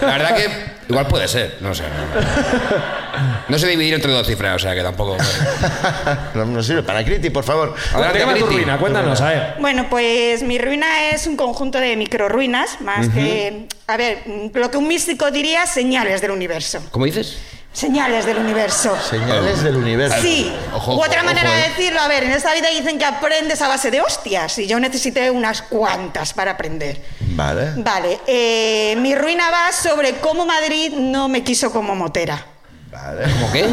C: La verdad que igual puede ser, no sé. No, No sé dividir entre dos cifras, o sea que tampoco.
B: Ah, No, no sirve para Criti, por favor.
A: Adelante,
C: Cuéntame
A: tu
C: tu
A: ruina,
C: ruina.
A: cuéntanos, a ver.
F: Bueno, pues mi ruina es un conjunto de microruinas, más que, a ver, mm, lo que un místico diría, señales del universo.
C: ¿Cómo dices?
F: Señales del universo.
B: Señales del universo.
F: Sí.
C: Ojo,
F: U otra
C: ojo,
F: manera
C: eh.
F: de decirlo, a ver, en esta vida dicen que aprendes a base de hostias y yo necesité unas cuantas para aprender.
B: Vale.
F: Vale, eh, mi ruina va sobre cómo Madrid no me quiso como motera.
B: Vale.
C: ¿Cómo qué?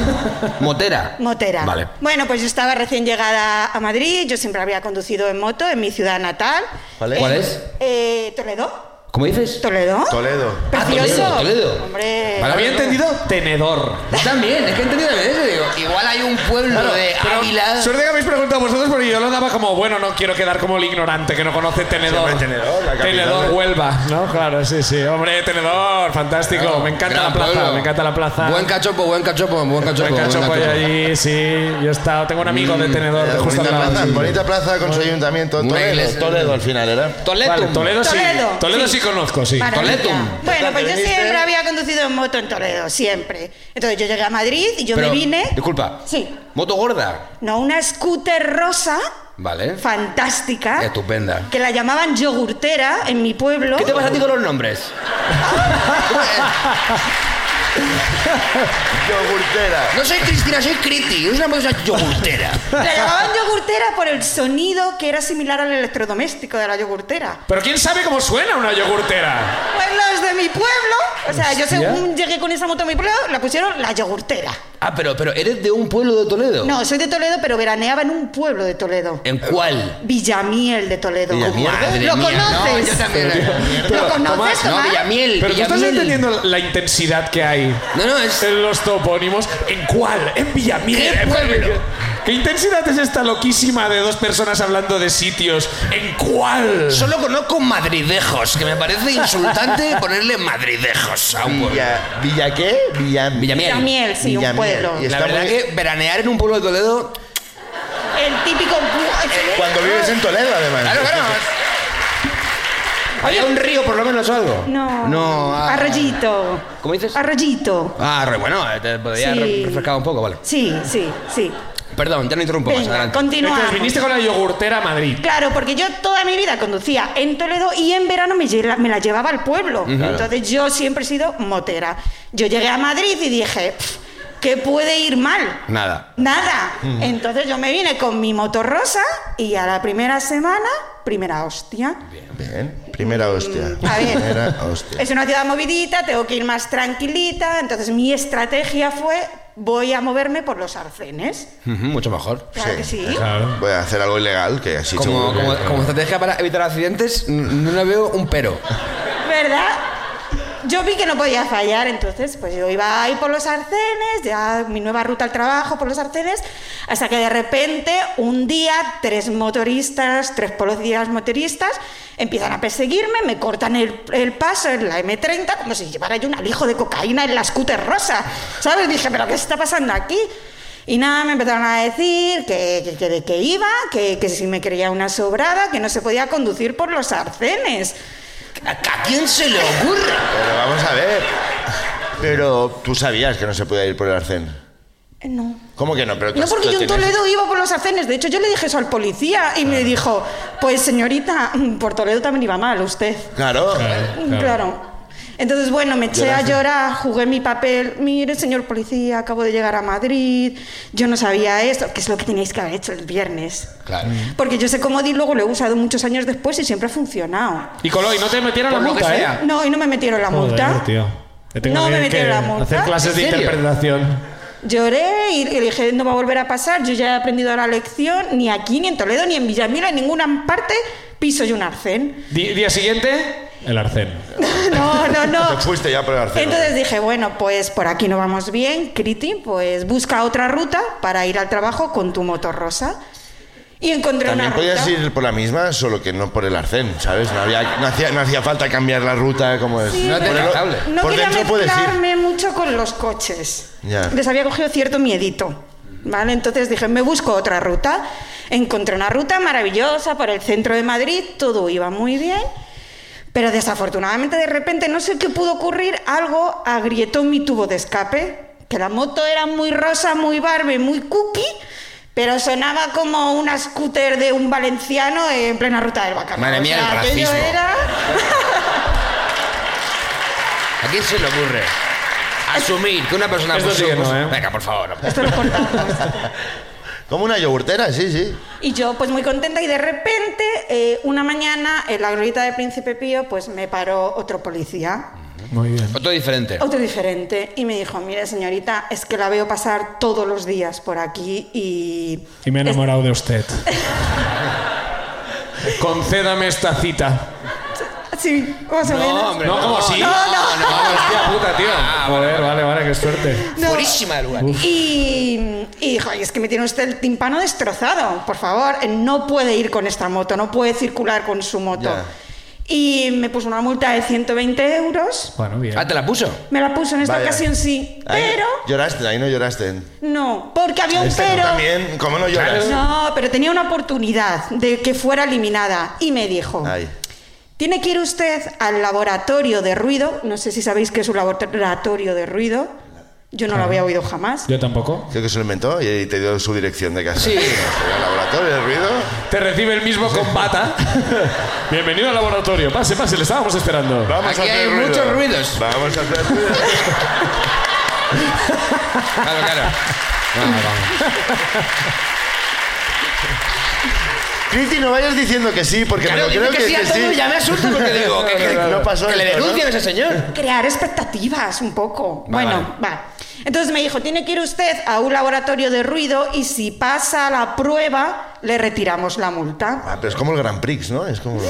C: Motera.
F: Motera.
C: Vale.
F: Bueno, pues yo estaba recién llegada a Madrid, yo siempre había conducido en moto en mi ciudad natal.
B: ¿Cuál es?
C: ¿Cuál es?
F: Eh, Toledo.
C: ¿Cómo dices?
F: Toledo.
B: Toledo.
F: Precioso.
C: Ah, Toledo, Toledo.
F: Hombre.
C: Vale.
A: Había entendido tenedor.
C: Yo también, es que he entendido también eso, digo. Igual hay un pueblo de Ávila.
A: Suerte que habéis preguntado vosotros porque yo lo daba como, bueno, no quiero quedar como el ignorante que no conoce Tenedor.
B: Siempre Tenedor, la capital.
A: Tenedor Huelva, ¿no? Claro, sí, sí. Hombre, Tenedor, fantástico. me encanta
C: Gran
A: la plaza,
C: pueblo.
A: me encanta la plaza.
C: Buen cachopo, buen cachopo, buen cachopo.
A: Buen cachopo hay
C: cachopo. Mm, eh,
A: allí, sí. Yo he estado, tengo un amigo de Tenedor, de justo al
B: bonita,
A: lado,
B: plaza,
A: sí.
B: bonita plaza con su ayuntamiento.
C: Una
B: Toledo,
C: iglesia.
B: Toledo al final, ¿era?
A: Vale, Toledo sí.
F: Toledo,
A: Toledo sí
F: sí.
A: conozco, sí.
F: Maravilla.
C: Toletum.
F: Bueno, pues yo
B: ¿Viniste?
F: siempre había conducido en moto en Toledo, siempre. Entonces yo llegué a Madrid y yo
C: Pero,
F: me vine.
C: Disculpa.
F: Sí.
C: Moto gorda.
F: No, una scooter rosa
C: Vale.
F: fantástica.
C: ¿Eh? Estupenda.
F: Que la llamaban yogurtera en mi pueblo.
C: ¿Qué te pasa a ti con los nombres?
B: Yogurtera.
C: No soy Cristina, soy Criti. Es una cosa yogurtera.
F: La llamaban yogurtera por el sonido que era similar al electrodoméstico de la yogurtera.
A: Pero quién sabe cómo suena una yogurtera.
F: Pues los de mi pueblo, o sea, yo
A: Hostia.
F: según llegué con esa moto a mi pueblo, la pusieron la yogurtera.
C: Ah, pero, pero eres de un pueblo de Toledo.
F: No, soy de Toledo, pero veraneaba en un pueblo de Toledo.
C: ¿En cuál?
F: Villamiel de Toledo.
C: Madre
F: ¿Lo
C: mía,
F: conoces?
C: No, yo también.
F: ¿Lo conoces,
C: No,
F: Tomás?
C: Villamiel.
A: Pero tú estás
C: Villamiel.
A: entendiendo la intensidad que hay
C: No, no, es.
A: en los topónimos. ¿En cuál? En Villamil.
C: ¿Qué
A: ¿En
C: pueblo?
A: cuál? ¿Qué intensidad es esta loquísima de dos personas hablando de sitios? ¿En cuál?
C: Solo conozco madridejos, que me parece insultante ponerle madridejos a un pueblo.
B: Villa, ¿Villa qué? Villa,
C: Villamiel.
F: Villamiel, sí,
B: Villamiel.
F: un pueblo.
B: Y
C: La
B: está
C: verdad
B: muy-
C: que veranear en un pueblo de Toledo.
F: El típico...
C: Eh,
F: pu-
B: Cuando vives en Toledo, además.
C: Claro, claro. Hay un río, por lo menos, o algo.
F: No.
C: No. ah.
F: Arroyito.
C: ¿Cómo dices?
F: Arroyito.
C: Ah, re- bueno, eh, te podría
F: Sí.
C: re- refrescar un poco, vale.
F: Sí, sí, sí.
C: Perdón, ya no interrumpo más
F: Venga,
C: adelante.
A: Entonces
F: continuamos.
A: viniste con la yogurtera a Madrid.
F: Claro, porque yo toda mi vida conducía en Toledo y en verano me, lle- me la llevaba al pueblo. Entonces yo siempre he sido motera. Yo llegué a Madrid y dije, "Pf, ¿qué puede ir mal?
C: Mm. Nada.
F: Nada.
C: Mm.
F: Entonces yo me vine con mi moto rosa y a la primera semana, primera hostia.
B: Bien. Primera hostia.
F: A ver.
B: Primera hostia.
F: Es una ciudad movidita, tengo que ir más tranquilita. Entonces mi estrategia fue, voy a moverme por los arcenes.
C: Ujú, mucho mejor.
F: Claro que sí.
B: Voy a hacer algo ilegal que así seguro
C: Como,
B: que-
C: como, como estrategia para evitar accidentes, n- no le veo un pero.
F: ¿Verdad? Yo vi que no podía fallar, entonces pues yo iba ahí por los arcenes, ya mi nueva ruta al trabajo por los arcenes, hasta que de repente un día tres motoristas, tres policías motoristas empiezan a perseguirme, me cortan el, el paso en la M30 como si llevara yo un alijo de cocaína en la scooter rosa, ¿sabes? Dije, pero ¿qué está pasando aquí? Y nada, me empezaron a decir que, que, que de qué iba, que, que si me creía una sobrada, que no se podía conducir por los arcenes.
C: ¿A, a quién se le ocurre?
B: Pero vamos a ver. Pero tú sabías que no se podía ir por el arcén.
F: Eh, No.
B: ¿Cómo que no? Pero tú
F: No,
B: has-
F: porque
B: tú
F: yo en
B: tienes-
F: Toledo iba por los arcenes. De hecho, yo le dije eso al policía y me dijo, pues señorita, mm, por Toledo también iba mal usted.
B: Claro.
F: Mm, Claro. Entonces, bueno, me eché a llorar, jugué mi papel. Mire, señor policía, acabo de llegar a Madrid. Yo no sabía esto, que es lo que teníais que haber hecho el viernes.
C: Claro.
F: Porque yo ese comodín luego lo he usado muchos años después y siempre ha funcionado.
A: Y Coloy, no te metieron la
C: Por lo que
A: multa, ¿eh?
C: sea.
F: No, y no me metieron la
A: Joder,
F: multa.
A: tío. Que tengo
F: No
A: que-
F: me metieron
A: que
F: la multa.
A: Hacer clases de
C: ¿En serio?
A: interpretación.
F: Lloré y y dije, no va a volver a pasar, yo ya he aprendido la lección, ni aquí, ni en Toledo, ni en Villamila, en ninguna parte piso yo un arcén.
A: Di- día siguiente, el arcén.
F: No, no,
B: Te
F: no.
B: fuiste ya por el arceno.
F: Entonces dije, bueno, pues por aquí no vamos bien, Criti, pues busca otra ruta para ir al trabajo con tu moto rosa. Y encontré
B: También
F: una ruta.
B: podías ir por la misma, solo que no por el arcén, ¿sabes? No, había, no, hacía, no hacía falta cambiar la ruta como es.
F: Sí,
C: Pues, No te
B: por el-
C: cable.
F: no
B: por
F: quería
B: dentro puedes ir.
F: mezclarme mucho con los coches.
B: Ya.
F: Les había cogido cierto miedito. ¿Vale? Entonces dije, me busco otra ruta. Encontré una ruta maravillosa por el centro de Madrid, todo iba muy bien. Pero desafortunadamente de repente, no sé qué pudo ocurrir, algo agrietó mi tubo de escape, que la moto era muy rosa, muy Barbie, muy cookie, pero sonaba como una scooter de un valenciano en plena ruta del Bacalao.
C: Madre mía, el
F: aquello
C: racismo.
F: era...
C: ¿A quién se le ocurre? Asumir que una persona
A: Esto
C: por
A: sí
C: su-
A: que no, ¿eh?
C: Venga, por favor. hombre.
F: Esto lo cortamos.
B: Como una yogurtera, sí, sí.
F: Y yo, pues muy contenta, y de repente, eh, una mañana, en la glorieta de Príncipe Pío, pues me paró otro policía,
A: Muy bien.
C: Otro Pues diferente.
F: otro diferente, y me dijo, mire señorita, es que la veo pasar todos los días por aquí y...
A: Y me he enamorado de usted. Concédame esta cita.
F: Sí, más o menos.
C: No, hombre.
A: No, ¿cómo así?
C: No, no, no.
A: Hostia puta, tío. Joder, vale, vale, qué suerte.
F: No.
C: Ah, Fuerísima de lugar.
F: Y, y dijo, "Ay, es que me tiene usted el timpano destrozado, por favor, eh, no puede ir con esta moto, no puede circular con su moto.
B: Ya.
F: Y me puso una multa de 120 euros.
A: Bueno, bien.
C: Ah, ¿te la puso?
F: Me la puso en esta
B: Vaya.
F: ocasión sí,
B: Ahí-
F: pero
B: Lloraste, ahí no lloraste.
F: no, porque había un
B: Este
F: pero.
B: También, ¿cómo no lloras?
F: No, pero tenía una oportunidad de que fuera eliminada y me dijo,
B: Ay.
F: tiene que ir usted al laboratorio de ruido, no sé si sabéis qué es un laboratorio de ruido, yo no lo había oído jamás.
A: Yo tampoco.
B: Creo que se lo inventó y te dio su dirección de casa.
C: Sí.
B: El laboratorio de ruido.
A: Te recibe el mismo con bata. Bienvenido al laboratorio. Pase, pase, le estábamos esperando.
B: Vamos
C: Aquí
B: a hacer
C: hay
B: ruido.
C: muchos ruidos.
B: Vamos a hacer ruido.
C: Claro, claro. Vamos, vamos.
B: Cristi, no vayas diciendo que sí, porque
C: Claro,
B: me lo creo
C: dice que,
B: que,
C: sí a
B: que
C: todo y ya me asusta porque digo que, que-
B: No pasó
C: que le
B: esto, ¿no?
C: denuncien a ese señor.
F: Crear expectativas un poco.
C: Vale,
F: bueno, va. Entonces me dijo, tiene que ir usted a un laboratorio de ruido y si pasa la prueba, le retiramos la multa.
B: Ah, pero es como el Grand Prix, ¿no? Es como...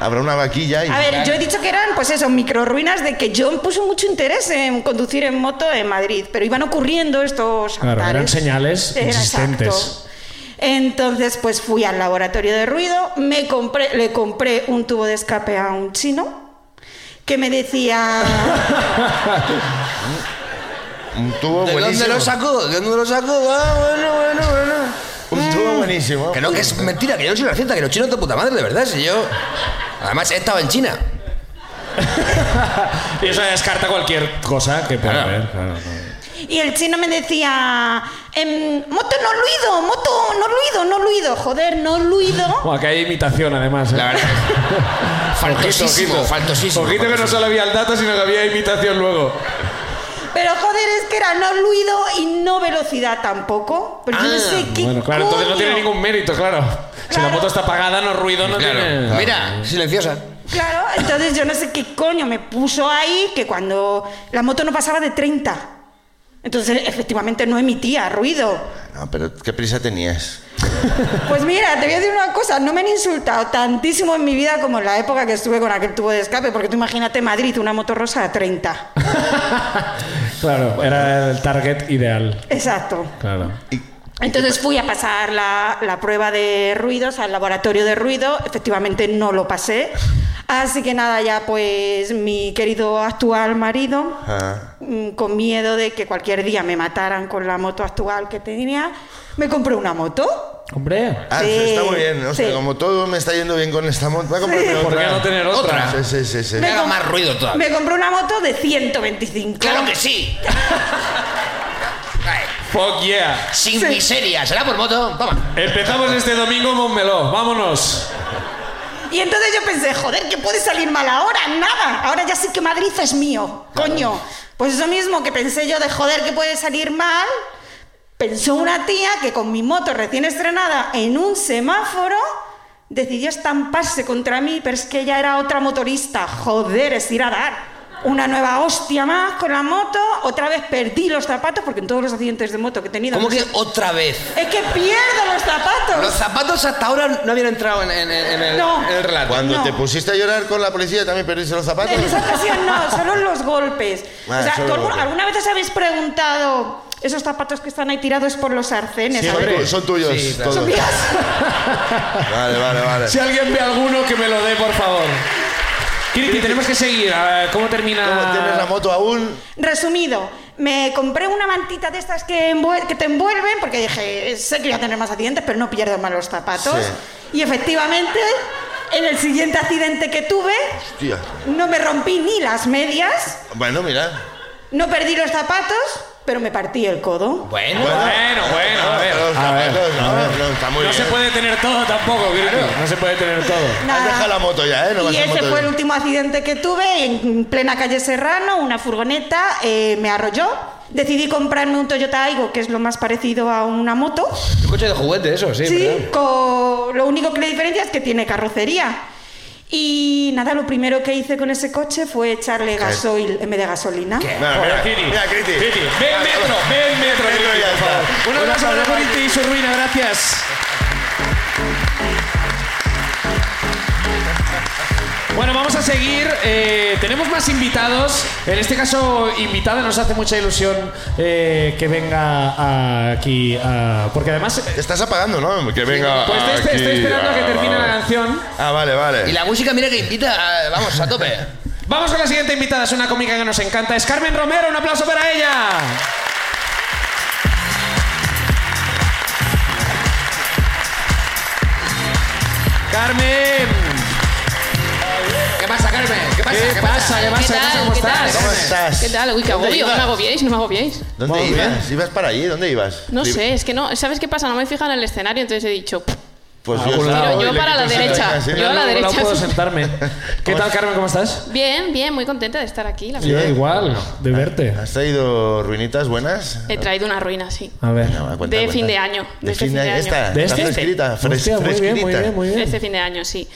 B: Habrá una vaquilla y...
F: A ver, yo he dicho que eran, pues eso, microruinas de que yo puse mucho interés en conducir en moto en Madrid, pero iban ocurriendo estos
A: Claro,
F: avatares.
A: eran señales insistentes.
F: exacto. Entonces, pues fui al laboratorio de ruido, me compré, le compré un tubo de escape a un chino que me decía,
B: Un tubo
C: ¿De
B: buenísimo.
C: dónde lo sacó? ¿De dónde lo sacó? Ah, bueno, bueno, bueno.
B: Un tubo buenísimo.
C: Mm. Que no, que es mentira, que yo no soy racista, que los chinos de puta madre, de verdad. Si yo. Además, he estado en China.
A: Y eso descarta cualquier cosa que pueda
C: Claro.
A: haber. Claro, no.
F: y el chino me decía, em, moto no ruido, moto no ruido, no ruido, joder, no ruido.
A: Bueno, que hay imitación además. ¿eh?
C: La verdad. Faltosísimo, faltosísimo.
A: Ojito que no solo había el dato, sino que había imitación luego.
F: Pero joder, es que era no ruido y no velocidad tampoco. Pero yo no
C: Ah,
F: sé qué.
A: Bueno, claro, entonces no
F: coño.
A: tiene ningún mérito, claro. Si la
F: Claro.
A: moto está apagada, no ruido, no tiene.
C: Claro. Mira, silenciosa.
F: Claro, entonces yo no sé qué coño me puso ahí que cuando la moto no pasaba de 30. Entonces, efectivamente, no emitía ruido.
B: No, Ah, pero qué prisa tenías.
F: Pues mira, te voy a decir una cosa, no me han insultado tantísimo en mi vida como en la época que estuve con aquel tubo de escape, porque tú imagínate Madrid, una moto rosa a 30.
A: Claro, era el target ideal.
F: Exacto.
A: Claro.
F: Entonces fui a pasar la, la prueba de ruidos al laboratorio de ruido, efectivamente no lo pasé. Así que nada, ya pues mi querido actual marido,
B: Ah.
F: mm, con miedo de que cualquier día me mataran con la moto actual que tenía, me compré una moto.
A: Hombre.
B: Ah,
F: Sí,
B: está muy bien. Hostia,
F: sí.
B: como todo me está yendo bien con esta moto, voy a comprarme
A: ¿Por
B: otra.
A: qué no tener otra?
B: Sí, sí, sí. sí.
F: Me
C: haga
F: com-
C: más ruido todavía.
F: Me compré una moto de 125.
C: Claro que sí. Ay,
A: Fuck yeah.
C: Sin miseria. ¿Será por moto? Toma.
A: Empezamos este domingo en Montmeló. Vámonos.
F: Y entonces yo pensé, joder, ¿qué puede salir mal ahora? Nada. Ahora ya sí que Madrid es mío, coño. Pues eso mismo que pensé yo de, joder, ¿qué puede salir mal? Pensó una tía que con mi moto recién estrenada en un semáforo decidió estamparse contra mí, pero es que ella era otra motorista. Joder, es ir a dar. Una nueva hostia más con la moto. Otra vez perdí los zapatos porque en todos los accidentes de moto que he tenido.
C: ¿Cómo que otra vez?
F: Es que pierdo los zapatos.
C: Los zapatos hasta ahora no habían entrado en, en- en el,
F: No.
C: en el relato.
B: Cuando
F: No.
B: te pusiste a llorar con la policía también perdiste los zapatos.
F: En esa ocasión no, solo los golpes.
B: Vale,
F: o sea,
B: Ah, solo
F: ¿tú algu-
B: golpes.
F: ¿alguna vez os habéis preguntado esos zapatos que están ahí tirados por los arcenes?
B: Sí,
F: A ver,
B: son, son tuyos
C: Sí, claro.
B: todos.
F: ¿son míos?
B: Vale, vale, vale.
A: Si alguien ve alguno, que me lo dé, por favor. Kiriti, tenemos que seguir. A ver, ¿Cómo termina?
C: ah.
B: ¿Cómo tienes la moto aún?
F: Resumido, me compré una mantita de estas que, envuel- que te envuelven porque dije, sé que voy a tener más accidentes, pero no pierdo más los zapatos.
B: Sí.
F: Y efectivamente, en el siguiente accidente que tuve,
B: Hostia.
F: no me rompí ni las medias,
B: Bueno, mira.
F: no perdí los zapatos, pero me partí el codo.
C: Bueno,
A: Bueno, bueno, a ver.
B: Los zapatos, no, no, está muy
A: No
B: bien.
A: se puede tener todo tampoco, Kiriti. No se puede tener todo.
B: Has dejado la moto ya, ¿eh? No vas
F: y
B: en
F: ese
B: moto.
F: fue el último accidente que tuve en plena calle Serrano, una furgoneta eh, me arrolló. Decidí comprarme un Toyota Aygo, que es lo más parecido a una moto.
C: Un coche de juguete, eso, sí.
F: Sí,
C: ¿verdad?
F: con- lo único que le diferencia es que tiene carrocería. Y nada, lo primero que hice con ese coche fue echarle gasoil en vez de gasolina.
B: Ah, Mira,
A: Joder,
B: mira,
A: Kiriti.
B: mira, Kiriti.
A: Kiriti, Ve en metro, ve en metro.
B: Metro
A: Kiriti,
B: ya
A: por
B: está.
A: favor. Un
B: Un
A: abrazo
B: abrazo,
A: para Kiriti y su ruina, gracias. Bueno, vamos a seguir. Eh, tenemos más invitados. En este caso, invitada, nos hace mucha ilusión eh, que venga aquí. ah, porque además,
B: Te estás apagando, ¿no? Que venga.
A: pues estoy- estoy,
B: aquí,
A: estoy esperando a que
B: ah,
A: termine la
B: vale.
A: canción.
B: Ah, vale, vale.
C: Y la música, mira que invita, a- vamos, a tope.
A: Vamos con la siguiente invitada, es una cómica que nos encanta, es Carmen Romero, un aplauso para ella. Carmen,
C: ¿Qué pasa, Carmen? ¿Qué pasa?
A: ¿qué pasa? ¿Qué pasa?
H: ¿Qué tal?
A: ¿Cómo
H: ¿Qué tal?
A: estás?
B: ¿Cómo estás?
H: ¿Qué tal? Uy, qué
B: ¿Dónde
H: agobio. No
B: ibas?
H: me agobiéis, no me agobiéis.
B: ¿Dónde
A: Muy
B: ibas?
A: bien.
B: ¿Ibas para allí? ¿Dónde ibas?
H: No
B: Sí,
H: sé, es que no, ¿sabes qué pasa? No me he fijado en el escenario, entonces he dicho, "Pff,
B: Pues
A: Ah, un
B: yo,
A: lado,
B: estaba-
A: yo
B: le
H: para la
B: quito esa
H: derecha.
B: caja, sí.
H: Yo a la
A: No,
H: derecha.
A: No puedo sentarme. ¿Qué tal, Carmen? ¿Cómo estás?
H: bien, bien, muy contenta de estar aquí, la
A: Yo
H: verdad.
A: igual, de verte.
B: ¿Has traído ruinitas buenas?
H: He traído una ruina, sí.
A: A ver.
B: No, cuenta,
H: de
B: cuenta.
H: fin de año,
B: ¿De,
H: de
B: fin de año? ¿Esta?
A: ¿De
B: ¿Está
A: este?
B: fresquita? Fres-
A: Hostia, muy bien, muy
B: fresquita.
A: bien, muy bien.
H: Este fin de año, sí.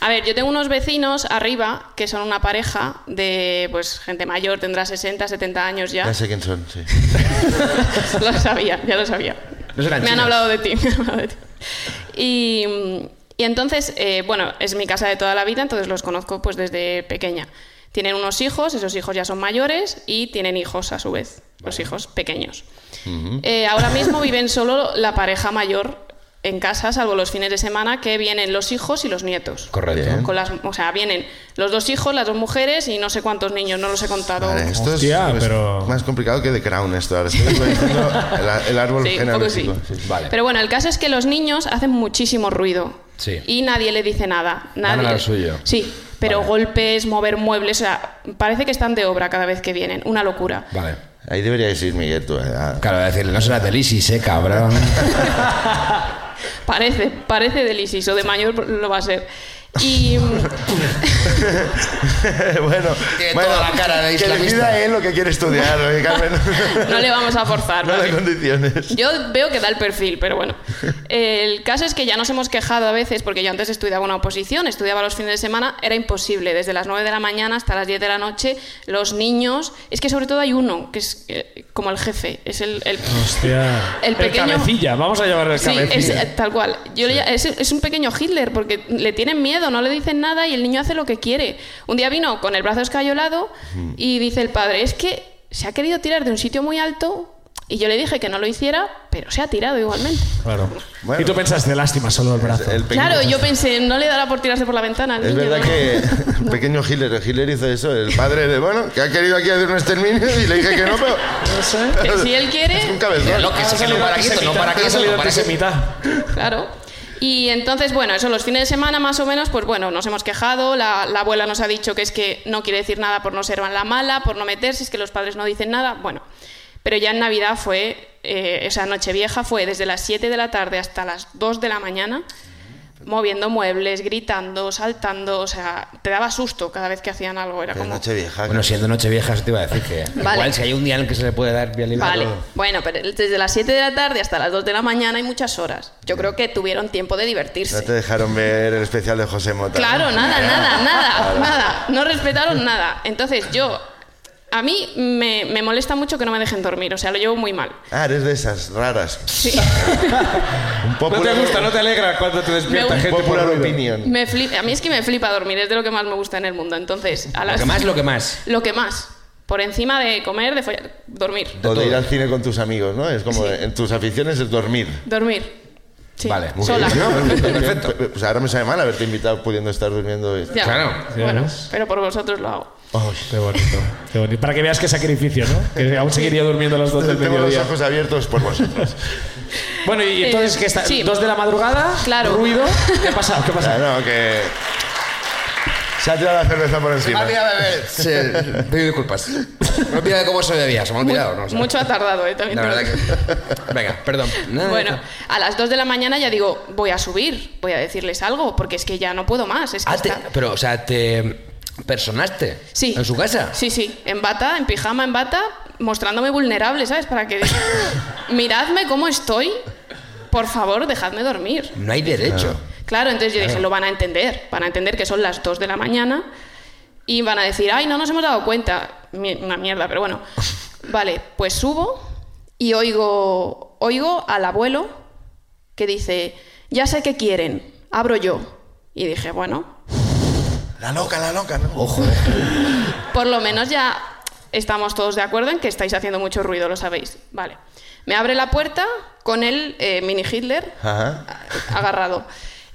H: A ver, yo tengo unos vecinos arriba que son una pareja de, pues, gente mayor, tendrá 60, 70 años ya.
B: Ya sé quién son, sí.
H: lo sabía, ya lo sabía.
C: No serán
H: me han
C: chinas.
H: hablado de ti. me han hablado de ti. Y, mm, y entonces, eh, bueno, es mi casa de toda la vida, entonces los conozco pues desde pequeña. Tienen unos hijos, esos hijos ya son mayores y tienen hijos a su vez, los hijos pequeños. Eh, ahora mismo viven solo la pareja mayor en casa, salvo los fines de semana que vienen los hijos y los nietos.
C: Correcto.
B: Bien.
H: Con las, o sea, vienen los dos hijos, las dos mujeres y no sé cuántos niños, no los he contado.
B: Vale, esto
A: Hostia,
B: es pues,
A: pero-
B: más complicado que The Crown esto. Ahora estoy diciendo el, el árbol
H: Sí, un poco sí.
B: genealógico. sí.
C: Vale.
H: Pero bueno, el caso es que los niños hacen muchísimo ruido.
C: Sí.
H: Y nadie le dice nada.
C: Van a
H: Nadie.
C: lo suyo.
H: Sí, pero
C: Vale.
H: golpes, mover muebles, o sea, parece que están de obra cada vez que vienen. Una locura.
C: Vale.
B: Ahí deberíais ir, Miguel, tú. eh, a-
C: Claro, voy a decirle, no será del ISIS, eh, cabrón.
H: Parece, parece de Isis o de mayor lo va a ser. Y mm,
B: bueno,
C: Tiene
B: bueno,
C: toda la cara de
B: que
C: islamista.
B: decida él lo que quiere estudiar, oye, Carmen.
H: no le vamos a forzar.
B: no
H: ¿vale?
B: le condiciones.
H: Yo veo que da el perfil, pero bueno. El caso es que ya nos hemos quejado a veces, porque yo antes estudiaba una oposición, estudiaba los fines de semana, era imposible. Desde las 9 de la mañana hasta las 10 de la noche, los niños. Es que sobre todo hay uno, que es eh, como el jefe, es el. el-
A: Hostia.
H: El pequeño-
A: cabecilla, vamos a llevarle el
H: Sí,
A: cabecilla.
H: es, eh, tal cual. Yo le ll- es, es un pequeño Hitler porque le tienen miedo, no le dicen nada y el niño hace lo que quiere. Un día vino con el brazo escayolado y dice el padre, es que se ha querido tirar de un sitio muy alto y yo le dije que no lo hiciera, pero se ha tirado igualmente.
A: Claro.
B: Bueno.
A: Y tú pensaste, lástima, solo el brazo.
B: El pequeño-
H: Claro, yo pensé, no le dará por tirarse por la ventana al
B: Es
H: niño,
B: verdad
H: ¿no?
B: que el pequeño Hitler, el Hitler hizo eso, el padre de, bueno, que ha querido aquí hacer un exterminio y le dije que no, pero...
H: Que si él quiere,
B: Es un cabezón.
C: Lo que sí que no para aquí, no para aquí,
A: Ha
C: no
A: salido
C: para aquí.
A: antisemita.
H: Claro. Y entonces, bueno, eso los fines de semana más o menos, pues bueno, nos hemos quejado, la, la abuela nos ha dicho que es que no quiere decir nada por no ser la mala, por no meterse, es que los padres no dicen nada, bueno. Pero ya en Navidad fue, eh, esa noche vieja fue desde las 7 de la tarde hasta las 2 de la mañana, moviendo muebles, gritando, saltando, o sea, te daba susto cada vez que hacían algo, era
B: Pero
H: como...
B: noche vieja.
C: Bueno, siendo Nochevieja, eso te iba a decir que.
H: Vale.
C: Igual, si hay un día en el que se le puede dar vía libre. a
H: Vale,
C: todo.
H: bueno, pero desde las 7 de la tarde hasta las 2 de la mañana hay muchas horas. Yo creo que tuvieron tiempo de divertirse.
B: No te dejaron ver el especial de José Mota.
H: Claro,
B: ¿no?
H: nada, nada, nada, nada. No respetaron nada. Entonces yo a mí me, me molesta mucho que no me dejen dormir, o sea, lo llevo muy mal.
B: Ah, eres de esas raras.
H: Sí.
B: Un
G: No
B: popular,
G: te gusta, no te alegra cuando te despierta
H: Me-
G: gente por
B: popular
G: ruido.
B: opinion.
H: Me flipa- a mí es que me flipa dormir, es de lo que más me gusta en el mundo. Entonces, a
C: Lo
H: las-
C: que más, lo que más.
H: Lo que más. Por encima de comer, de follar, dormir.
B: O de ir
C: todo.
B: al cine con tus amigos, ¿no? Es como en tus aficiones es dormir.
H: Dormir. Sí,
C: Vale, muy
H: sola.
B: No,
C: Perfecto.
B: pe- pe- Pues ahora me sabe mal haberte invitado pudiendo estar durmiendo.
H: Ya.
C: Claro.
H: Bueno, pero por vosotros lo hago.
B: Ay,
A: Qué bonito, qué bonito. Para que veas qué sacrificio, ¿no? Que aún seguiría durmiendo a las 2 del
B: tengo los
A: mediodía.
B: ojos abiertos por vosotros.
A: Bueno, y entonces,
H: Eh,
A: ¿qué está?
H: sí.
A: ¿Dos de la madrugada?
H: Claro.
A: ¿Ruido? ¿Qué ha pasado? ¿Qué ha pasado?
B: Claro, que. Se ha tirado la cerveza por encima.
C: Sí, pido disculpas. Me he olvidado de cómo se bebía, se me ha olvidado. No, O sea,
H: Mucho ha tardado, ¿eh? También
C: La
H: te lo
C: verdad
H: digo.
C: que... Venga, perdón. No,
H: Bueno, a las 2 de la mañana ya digo, voy a subir, voy a decirles algo, porque es que ya no puedo más. Es que
C: Ah, te-
H: está-
C: pero, o sea, te personaste
H: Sí.
C: en su casa.
H: Sí, sí, en bata, en pijama, en bata, mostrándome vulnerable, ¿sabes? Para que diga, miradme cómo estoy, por favor, dejadme dormir.
C: No hay derecho.
H: Claro, entonces yo dije, lo van a entender, van a entender que son las 2 de la mañana y van a decir, ay, no nos hemos dado cuenta, Mi- una mierda, pero bueno. Vale, pues subo y oigo, oigo al abuelo que dice, ya sé qué quieren, abro yo. Y dije, bueno,
B: La loca, la loca, ¿no? Ojo.
H: por lo menos ya estamos todos de acuerdo en que estáis haciendo mucho ruido, lo sabéis. Vale. Me abre la puerta con el eh, mini Hitler
B: Ajá.
H: agarrado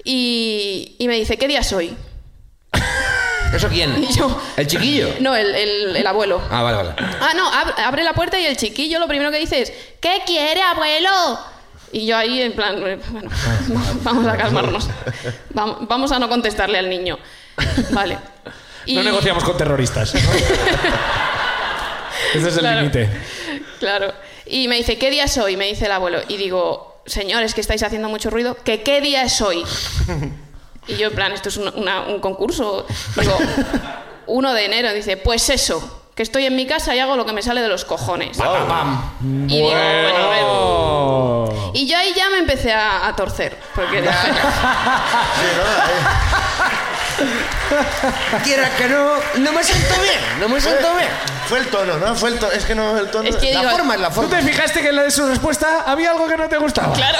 H: y, y me dice, ¿qué día es hoy?
C: ¿Eso quién?
H: Y yo-
C: ¿El chiquillo?
H: No, el, el- el abuelo.
C: Ah, vale, vale.
H: Ah, no, ab- abre la puerta y el chiquillo lo primero que dice es, ¿qué quiere, abuelo? Y yo ahí, en plan, eh, bueno, vamos a calmarnos. Vam- Vamos a no contestarle al niño. Vale.
A: No
H: Y-
A: negociamos con terroristas. Ese es el
H: Claro.
A: límite.
H: Claro. Y me dice, ¿qué día es hoy? Me dice el abuelo. Y digo, señores, que estáis haciendo mucho ruido, ¿que ¿qué día es hoy? Y yo, en plan, esto es un, una- un concurso. Digo, 1 de enero. Dice, pues eso, que estoy en mi casa y hago lo que me sale de los cojones. Y digo, bueno, a ver. Y yo ahí ya me empecé a, a torcer. Porque
B: Sí, ¿no? Ahí.
C: Quieras que no, no me siento bien, no me siento bien.
B: Fue el tono, ¿no? Fue el tono. Es que no, el tono.
H: es que
C: La
H: digo,
C: forma es la
A: ¿Tú
C: forma.
A: te fijaste que en la de su respuesta había algo que no te gustaba?
H: claro,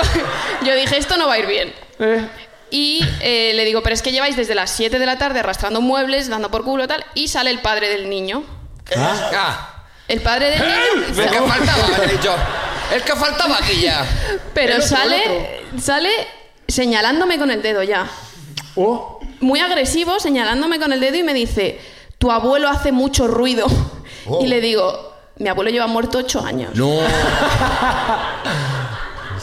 H: yo dije, esto no va a ir bien.
A: Eh,
H: Y eh, le digo, pero es que lleváis desde las 7 de la tarde arrastrando muebles, dando por culo tal, y sale el padre del niño.
C: Ah,
H: El padre del niño,
C: el que faltaba, me he dicho. El que faltaba aquí ya.
H: pero sale, sale señalándome con el dedo ya.
A: oh.
H: Muy agresivo, señalándome con el dedo y me dice, tu abuelo hace mucho ruido. Y le digo, mi abuelo lleva muerto ocho años.
C: No.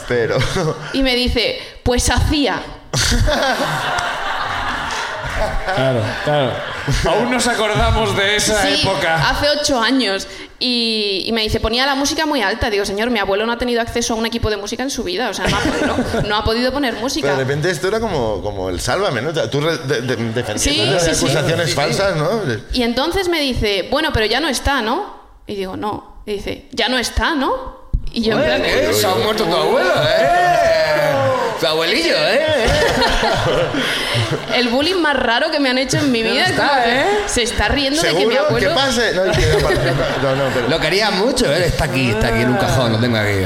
B: Pero.
H: Y me dice, pues hacía.
A: Claro, claro. Aún nos acordamos de esa
H: Sí, Ah.
A: época.
H: hace ocho años. Y, y me dice, ponía la música muy alta. Digo, señor, mi abuelo no ha tenido acceso a un equipo de música en su vida. O sea, no ha, no- no ha podido poner
B: Pero
H: música.
B: de repente esto era como, como el sálvame, ¿no? Tú re- de- de- defendiendo las
H: sí, sí.
B: acusaciones falsas, ¿no?
H: Y entonces me dice, bueno, pero ya no está, ¿no? Y digo, no. Y dice, ya no está, ¿no? Y yo en plan,
C: Eh, se ha muerto tu abuelo, eh. Tu abuelillo, eh.
H: el bullying más raro que me han hecho en mi vida. es
C: está,
H: como que
C: ¿eh?
H: Se está riendo de que mi
B: ¿Seguro? ¿Qué
H: abuelo...
B: pase? No, que- no, no, pero.
C: Lo quería mucho, eh. Está aquí, está aquí en un cajón, lo tengo aquí.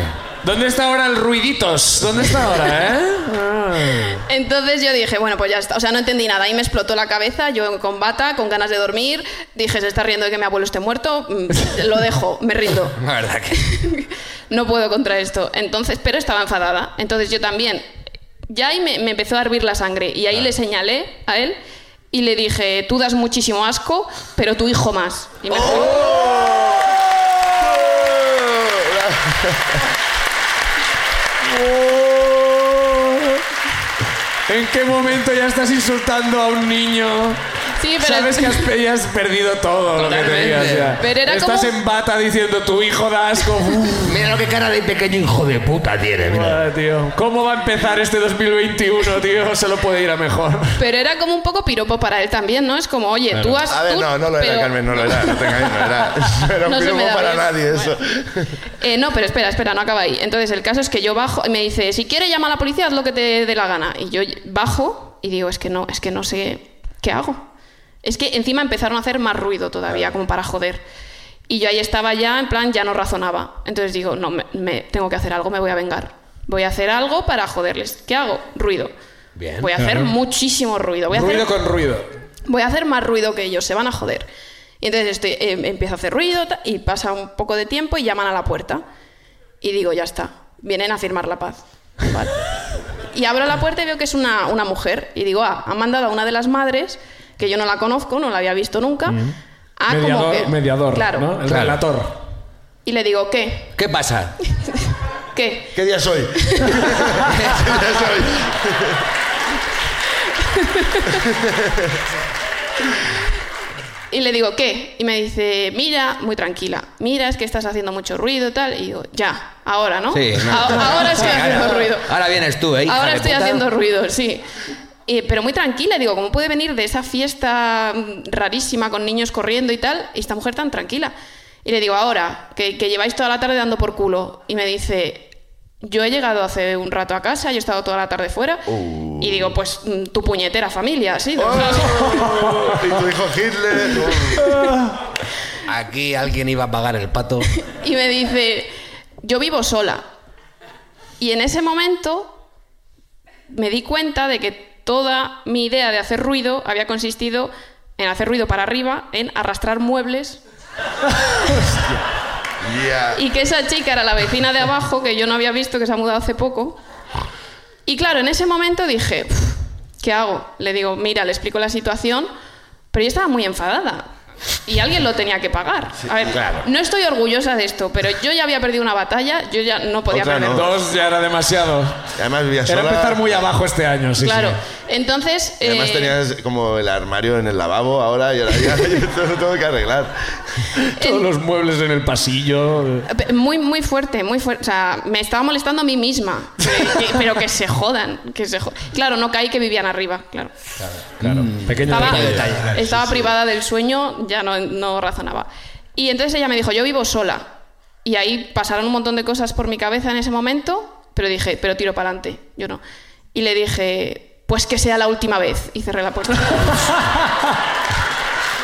A: ¿Dónde está ahora el ruiditos? ¿Dónde está ahora, eh?
H: Entonces yo dije, bueno, pues ya está. O sea, no entendí nada. Ahí me explotó la cabeza. Yo con bata, con ganas de dormir. Dije, se está riendo de que mi abuelo esté muerto. Mm, Lo dejo, me rindo.
C: La verdad que.
H: No puedo contra esto. Entonces, pero estaba enfadada. Entonces yo también. Ya ahí me, me empezó a hervir la sangre. Y ahí le señalé a él y le dije, tú das muchísimo asco, pero tu hijo más. Y me fui.
A: ¡Oh! ¿En qué momento ya estás insultando a un niño?
H: Sí, pero-
A: Sabes que has, pe- ya has perdido todo lo que
C: Totalmente.
A: tenías ya.
H: Pero era
A: estás
H: como-
A: en bata diciendo tu hijo da asco. Uf,
C: Mira lo que cara de pequeño hijo de puta tiene, mira.
A: madre, tío. ¿Cómo va a empezar este 2021, tío? Se lo puede ir a mejor.
H: Pero era como un poco piropo para él también, ¿no? Es como, oye, tú has...
B: A ver,
H: tú-
B: no, no lo era,
H: pero-
B: Carmen, no lo era. No te engañes, no era. No era un
H: No se me
B: piropo
H: da
B: para
H: bien.
B: nadie eso.
H: Eh, no, pero espera, espera, no acaba ahí. Entonces el caso es que yo bajo y me dice, si quiere llama a la policía, haz lo que te dé la gana. Y yo bajo y digo, es que no, es que no sé qué hago. Es que encima empezaron a hacer más ruido todavía, como para joder. Y yo ahí estaba ya, en plan, ya no razonaba. Entonces digo, no, me, me- tengo que hacer algo, me voy a vengar. Voy a hacer algo para joderles. ¿Qué hago? Ruido.
C: Bien.
H: voy a hacer
A: Claro.
H: muchísimo ruido. Voy a
A: Ruido
H: hacer
A: con ruido.
H: voy a hacer más ruido que ellos, se van a joder. Y entonces estoy, em, empiezo a hacer ruido ta- y pasa un poco de tiempo y llaman a la puerta. Y digo, ya está, vienen a firmar la paz. Vale. Y abro la puerta y veo que es una, una mujer. Y digo, ah, han mandado a una de las madres, que yo no la conozco, no la había visto nunca. ah, como
A: mediador,
H: que-
A: mediador,
H: Claro.
A: ¿no? El
C: Claro.
A: relator.
H: Y le digo, ¿qué?
C: ¿Qué pasa?
H: ¿Qué?
B: ¿Qué día soy? ¿Qué día soy?
H: Y le digo, ¿qué? Y me dice, mira, muy tranquila, mira, es que estás haciendo mucho ruido tal. Y digo, ya, ahora, ¿no?
C: Sí, no.
H: A- ahora estoy
C: Sí,
H: haciendo
C: ahora-
H: ruido.
C: ahora vienes tú, ¿eh, hija
H: Ahora
C: de
H: estoy
C: puta?
H: haciendo ruido, sí. Eh, pero muy tranquila, digo, ¿cómo puede venir de esa fiesta mm, rarísima con niños corriendo y tal? Y esta mujer tan tranquila. Y le digo, ahora, que, que lleváis toda la tarde dando por culo. Y me dice, yo he llegado hace un rato a casa, yo he estado toda la tarde fuera.
C: Uh.
H: Y digo, pues mm, tu puñetera familia, sí.
C: Oh.
B: Y tu hijo Hitler.
C: Aquí alguien iba a pagar el pato.
H: y me dice, yo vivo sola. Y en ese momento me di cuenta de que toda mi idea de hacer ruido había consistido en hacer ruido para arriba, en arrastrar muebles,
B: Ya.
H: y que esa chica era la vecina de abajo, que yo no había visto, que se ha mudado hace poco. Y claro, en ese momento dije, "Uf, ¿qué hago? Le digo, mira, le explico la situación, pero yo estaba muy enfadada. Y alguien lo tenía que pagar. A ver, no estoy orgullosa de esto, pero yo ya había perdido una batalla, yo ya no podía
B: Otra
H: perder
B: no.
A: Dos ya era demasiado.
B: Además vivía sola.
A: Era empezar muy abajo este año, sí.
H: Claro.
A: sí.
H: Entonces.
B: Y además
H: eh,
B: tenías como el armario en el lavabo ahora y ahora ya todo lo tengo que arreglar.
A: Todos los muebles en el pasillo.
H: eh, Muy, muy fuerte, muy fuerte. O sea, me estaba molestando a mí misma. Que- que- pero que se jodan. Que se jo- Claro, no caí que vivían arriba, claro.
A: Claro. Pequeño
H: Estaba,
A: detalle.
H: estaba privada del sueño, ya no, no razonaba. Y entonces ella me dijo, yo vivo sola. Y ahí pasaron un montón de cosas por mi cabeza en ese momento, pero dije, pero tiro para adelante, yo no. Y le dije, pues que sea la última vez. Y cerré la puerta.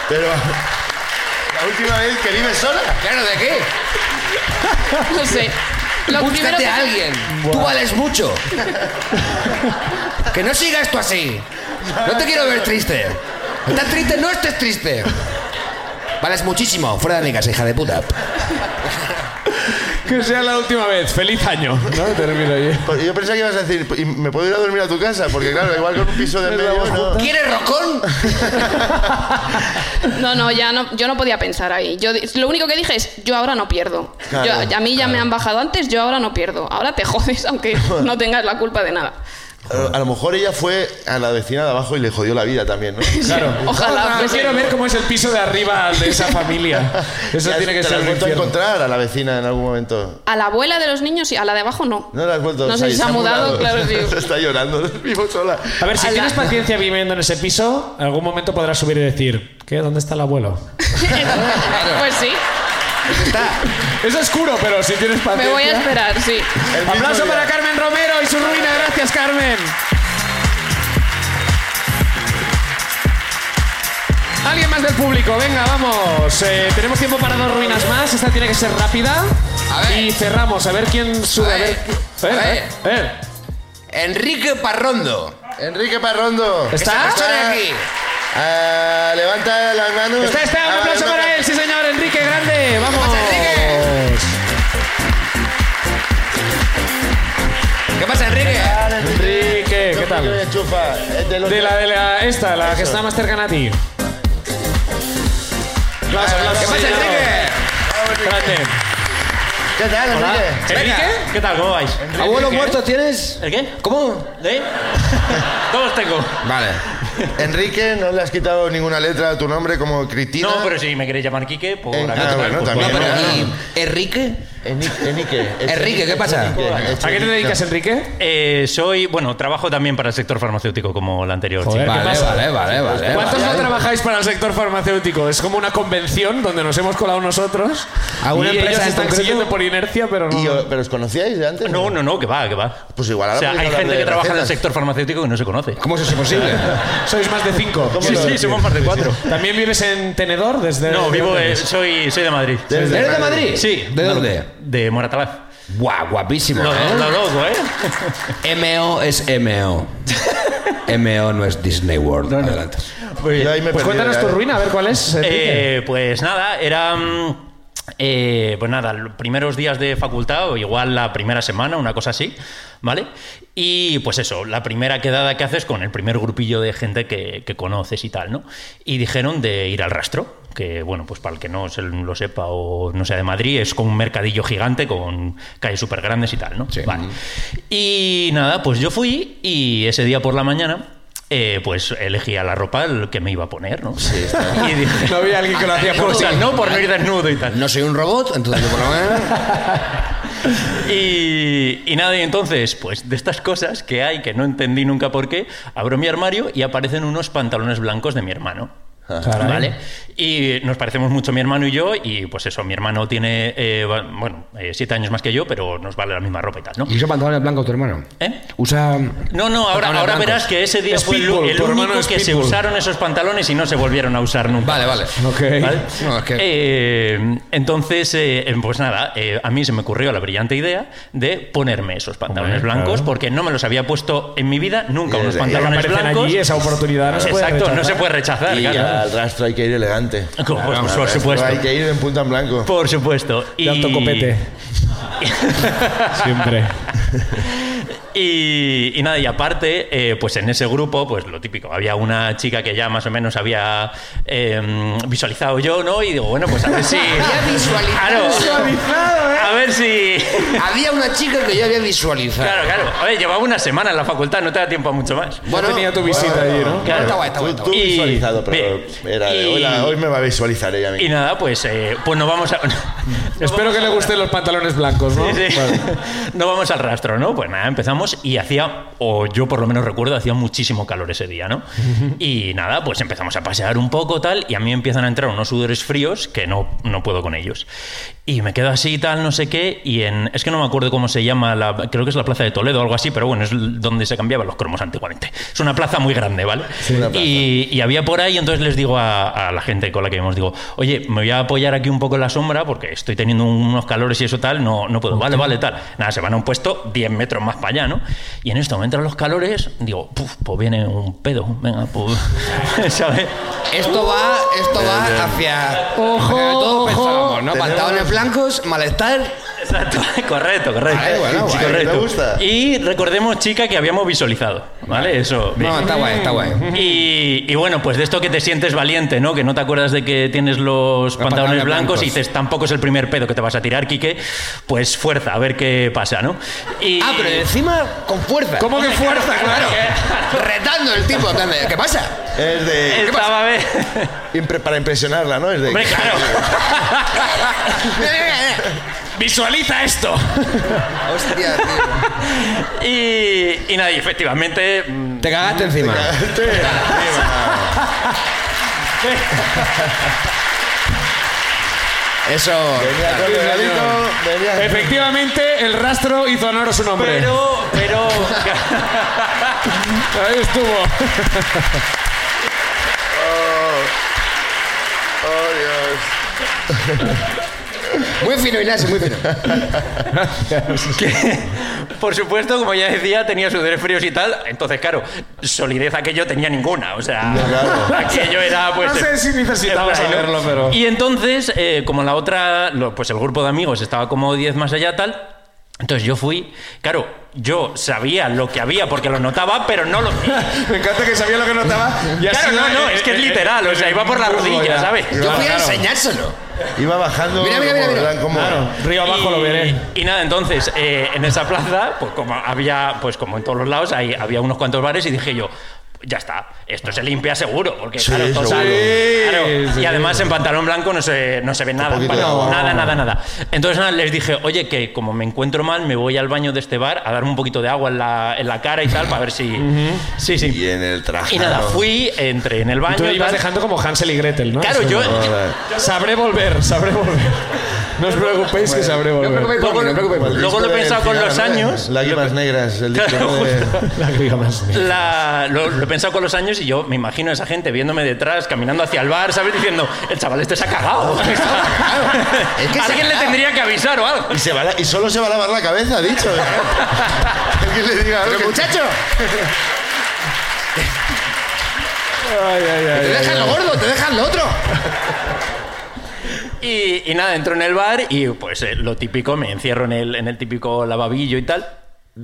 B: Pero la última vez que vives sola.
C: ¿Claro de qué?
H: no sé. Lo primero
C: Búscate
H: que-
C: a alguien. Tú vales mucho. que no siga esto así. No te quiero ver triste. ¿Estás triste? No estés triste. Vales muchísimo. Fuera de mi casa, hija de puta.
A: Que sea la última vez. Feliz año. ¿No? Termino ahí.
B: Por- Pues Yo pensaba que ibas a decir, "¿Y ¿me puedo ir a dormir a tu casa? Porque claro, igual con un piso de
A: El
B: medio
A: lavabo.
B: no.
C: ¿Quieres rocón?
H: No, no, ya no, yo no podía pensar ahí. Yo di- lo único que dije es, yo ahora no pierdo.
B: Claro,
H: Yo- a mí ya me han bajado antes, yo ahora no pierdo. Ahora te jodes, aunque no tengas la culpa de nada.
B: A a lo mejor ella fue a la vecina de abajo y le jodió la vida también, ¿no?
A: Claro.
H: Ojalá.
A: Yo quiero ver cómo es el piso de arriba de esa familia. Eso
B: Ya
A: tiene que
B: ¿Te la
A: ser
B: has
A: un
B: vuelto a
A: infierno.
B: encontrar a la vecina en algún momento?
H: A la abuela de los niños y a la de abajo no.
B: No la has vuelto
H: No sé si se ha mudado, claro, sí.
B: Está llorando, vivo sola.
A: A ver, si tienes paciencia viviendo en ese piso, en algún momento podrás subir y decir, ¿qué? ¿Dónde está el abuelo?
H: pues sí,
A: Es oscuro, pero si tienes paciencia.
H: me voy a esperar, sí.
B: El mismo
A: Aplauso
B: día.
A: para Carmen Romero y su ruina. Gracias, Carmen. Alguien más del público, venga, vamos. Eh, tenemos tiempo para dos ruinas más. Esta tiene que ser rápida.
C: A ver.
A: Y cerramos, a ver quién sube.
C: A
A: A ver.
C: ver.
A: Eh,
C: A
A: eh, eh.
C: Enrique Parrondo.
B: Enrique Parrondo.
A: ¿Está?
C: Estoy aquí.
B: Ah, levanta las manos. Ah,
A: Está, está. Un aplauso
B: Levanta-
A: para él, sí, señor. Enrique, grande. Vamos.
C: ¿Qué pasa, Enrique?
B: Dale,
A: Enrique, ¿qué
B: Enrique,
A: tal?
B: enchufa. Es de los
A: De la, de la, esta, la que
B: Eso.
A: está más cercana a ti. Aplauso, aplauso,
C: ¿Qué pasa,
A: señor.
C: Enrique?
A: Grande.
B: ¿Qué tal,
A: Hola.
B: Enrique?
I: Enrique, ¿qué tal? ¿Cómo vais?
C: ¿Abuelo muerto tienes?
I: ¿El qué?
C: ¿Cómo?
I: ¿Eh? ¿Cómo os tengo?
C: Vale.
B: Enrique, no le has quitado ninguna letra a tu nombre como Cristina.
I: No, pero si me queréis llamar Quique, por
B: Eh,
I: acá
B: ah, bueno,
I: pues,
B: también.
I: bueno.
B: Claro.
C: ¿Y eh, Enrique?
B: Enrique. Enrique,
C: Enrique, ¿qué pasa?
A: ¿A qué te dedicas, Enrique?
I: Eh, soy, bueno, trabajo también para el sector farmacéutico como la anterior.
A: Joder,
I: chica.
A: ¿qué
C: Vale,
A: pasa?
C: vale, vale, vale.
A: ¿Cuántos no
C: vale.
A: trabajáis para el sector farmacéutico? Es como una convención donde nos hemos colado nosotros.
C: ¿A una
A: y
C: empresa
A: ellos
C: en
A: están
C: concreto?
A: siguiendo por inercia, pero no.
B: ¿Y, o- ¿Pero os conocíais de antes?
I: No, no, no, que va, que va.
B: Pues igual ahora
I: O sea,
B: podéis
I: hay
B: hablar
I: gente
B: de
I: que trabaja en el
B: recetas.
I: sector farmacéutico que no se conoce.
C: ¿Cómo es eso posible?
A: Sois más de cinco.
B: ¿Cómo
I: Sí,
B: lo-
I: sí, somos más de cuatro.
A: ¿También vives en Tenedor desde.? Pues
I: No, vivo, eh,
A: desde-
I: soy, soy de Madrid.
B: ¿Eres de
C: ¿Eres de
B: Madrid?
C: Madrid?
I: Sí.
C: ¿De
I: No,
C: dónde?
I: De Moratalaz.
C: Guau, guapísimo.
I: Lo,
C: ¿eh?
I: lo loco, ¿eh?
C: MO es MO. MO no es Disney World. Adelante.
B: Yo ahí me he
A: Pues
B: perdido,
A: cuéntanos
B: ya,
A: tu
B: ¿eh?
A: ruina, a ver cuál es. Enrique.
I: Eh, pues nada, era. mm, eh, pues nada, los primeros días de facultad, o igual la primera semana, una cosa así, ¿vale? Y pues eso, la primera quedada que haces con el primer grupillo de gente que, que conoces y tal, ¿no? Y dijeron de ir al rastro, que bueno, pues para el que no se lo sepa o no sea de Madrid, es como un mercadillo gigante con calles súper grandes y tal, ¿no? Vale. Y nada, pues yo fui y ese día por la mañana. eh, pues elegía la ropa el que me iba a poner, ¿no? Y dije,
D: No había alguien que lo hacía por ti.
I: cosas, ¿no? Por no ir desnudo y tal.
C: No soy un robot, entonces yo por lo menos.
I: Y, y nada, y entonces, pues de estas cosas que hay que no entendí nunca por qué, abro mi armario y aparecen unos pantalones blancos de mi hermano. ¿Vale? Y nos parecemos mucho mi hermano y yo, y pues eso, mi hermano tiene, eh, va- bueno, eh, siete años más que yo, pero nos vale la misma ropa y tal, ¿no?
C: ¿Y usa pantalones blancos tu hermano?
I: ¿Eh?
C: Usa.
I: No, no, ahora,
C: Pantalones
I: ahora
C: blancos.
I: verás que ese día
A: Es
I: fue el,
A: Pitbull,
I: el
A: tu hermano
I: único
A: es
I: que se
A: Pitbull.
I: usaron esos pantalones y no se volvieron a usar nunca.
C: Vale, vale.
A: Ok.
I: ¿Vale?
C: No, es que-
I: Eh, entonces, eh, pues nada, eh, a mí se me ocurrió la brillante idea de ponerme esos pantalones
A: Hombre,
I: blancos
A: claro.
I: porque no me los había puesto en mi vida nunca
B: Y
I: unos
B: desde-
I: pantalones
A: Aparecen
I: blancos.
A: allí, esa oportunidad no se puede
I: Exacto, no
A: rechazar.
I: se puede rechazar.
B: Y
I: claro.
B: al rastro hay que ir elegante.
I: Como, pues, por
B: Al rastro
I: supuesto.
B: Hay que ir en punta en blanco.
I: Por supuesto. Y,
A: De alto copete. Siempre.
I: Y, y nada, y aparte, eh, pues en ese grupo, pues lo típico, había una chica que ya más o menos había eh, visualizado yo, ¿no? Y digo, bueno, pues a ver si.
C: Había
I: Claro.
C: visualizado. ¿eh?
I: A ver si.
C: Había una chica que yo había visualizado.
I: Claro, claro. Oye, llevaba una semana en la facultad, no te da tiempo a mucho más.
A: Bueno,
C: Bueno,
A: tenía tu visita allí, ¿no?
I: Claro.
C: Está guay, está guay, está
B: Tú
C: guay.
I: Y-
B: visualizado, pero
I: Bien.
B: era de,
I: Y-
B: hoy, la- hoy me va a visualizar ella a mí.
I: Y nada, pues, eh, pues no vamos a. no
A: Espero
I: vamos
A: que
I: a-
A: le gusten los pantalones blancos, ¿no?
I: Sí, sí.
A: Vale.
I: No vamos al rastro, ¿no? Pues nada, empezamos y hacía, o yo por lo menos recuerdo, hacía muchísimo calor ese día, ¿no? Y nada, pues empezamos a pasear un poco tal y a mí empiezan a entrar unos sudores fríos que no, no puedo con ellos. Y me quedo así tal, no sé qué, y en, es que no me acuerdo cómo se llama, la, creo que es la Plaza de Toledo o algo así, pero bueno, es l- donde se cambiaban los cromos antiguamente. Es una plaza muy grande, ¿vale?
B: una plaza.
I: Y, y había por ahí, entonces les digo a, a la gente con la que vimos, digo, oye, me voy a apoyar aquí un poco en la sombra porque estoy teniendo unos calores y eso tal, no, no puedo, vale, vale, tal. Nada, se van a un puesto 10 metros más para allá, ¿no? Y en esto me entran los calores, digo, puf, pues viene un pedo, venga, pues, ¿sabes?
C: Esto va, esto va hacia. Ojo, todos pensábamos, ¿no?
B: Tenemos-
C: Pantalones blancos, malestar.
I: Exacto, correcto, correcto.
C: Vale, Ah, bueno,
B: guay,
I: correcto.
B: me gusta.
I: Y recordemos, chica, que habíamos visualizado, ¿vale? Eso. bien.
C: No, está guay, está guay.
I: Y, y bueno, pues de esto que te sientes valiente, ¿no? Que no te acuerdas de que tienes los pantalones
C: pantalones
I: blancos
C: blancos.
I: y dices, tampoco es el primer pedo que te vas a tirar, Quique. Pues fuerza, a ver qué pasa, ¿no? Y,
C: Ah, pero encima con fuerza.
A: ¿Cómo que fuerza, claro?
C: Retando el tipo. en plan de, ¿Qué pasa?
B: Es de.
I: Estaba bien.
B: impre- para impresionarla, ¿no? Es de.
I: Hombre, claro. Visualiza esto.
C: Hostia, tío.
I: Y, y nada, y efectivamente. mm,
C: Te cagaste encima. Eso.
B: Venía con regalito, venía-
A: Efectivamente, el rastro hizo honor a su nombre.
I: Pero, pero.
A: Ahí estuvo.
B: Oh, Dios.
C: Muy fino, Ignacio, muy fino.
I: que, por supuesto, como ya decía, tenía sudores fríos y tal. Entonces, claro, solidez aquello tenía ninguna. O sea, aquello era pues.
A: No sé si necesitaba
I: Por ahí, ¿no?
A: saberlo, pero.
I: Y entonces, eh, como la otra, lo- pues el grupo de amigos estaba como 10 más allá, tal. Entonces yo fui, claro, yo sabía lo que había porque lo notaba, pero no lo.
A: Me encanta que sabía lo que notaba. y eh, ha
I: Claro,
A: sido
I: no, no,
A: el-
I: es que es
A: el-
I: literal, o sea, iba por la
A: el-
I: rodilla,
A: ya.
I: ¿sabes?
C: Yo voy a enseñárselo.
B: Iba bajando.
C: Mira, mira, mira,
B: como-
C: mira.
B: ¿verdad? Como-
A: Claro, río abajo
I: y,
A: lo veré.
I: Y nada, entonces, eh, en esa plaza, pues como había, pues como en todos los lados, ahí había unos cuantos bares y dije yo, ya está. Esto se limpia seguro, porque
B: Sí,
I: claro, todo
B: seguro.
I: sale- claro.
G: Sí,
I: Y además en pantalón blanco no se, no se ve nada.
B: poquito
I: en
B: de
I: pantalón-
B: agua.
I: nada, nada, nada. Entonces nada, les dije, oye, que como me encuentro mal, me voy al baño de este bar a darme un poquito de agua en la, en la cara y tal, para ver si. Sí, sí.
B: Y en el traje.
I: Y nada, fui, entré en el baño.
A: Tú ibas
I: tal.
A: dejando como Hansel y Gretel, ¿no?
I: Claro, yo.
A: Sabré volver, sabré volver. No os preocupéis que sabré
C: No os
A: volver.
C: preocupéis por mí, no os preocupéis
B: Pues
C: por mí.
I: Luego lo he pensado con los años.
B: Lágrimas negras, el disco
I: Claro,
B: ¿no? de-
A: Lágrimas negras.
I: La- lo, lo he pensado con los años y yo me imagino a esa gente viéndome detrás, caminando hacia el bar, ¿sabes? Diciendo, el chaval este se ha cagado.
C: Es que se ha
I: Alguien le
C: cagado.
I: tendría que avisar o algo.
B: Y, se va a la- y solo se va a lavar la cabeza, ha dicho. Que Alguien le diga algo.
C: Pero
B: que-
C: muchacho,
A: Ay, ay, ay,
C: te
A: ay,
C: dejas
A: ay.
C: lo gordo, te dejas lo otro.
I: Y, y nada, entro en el bar y pues eh, lo típico, me encierro en el, en el típico lavabillo y tal.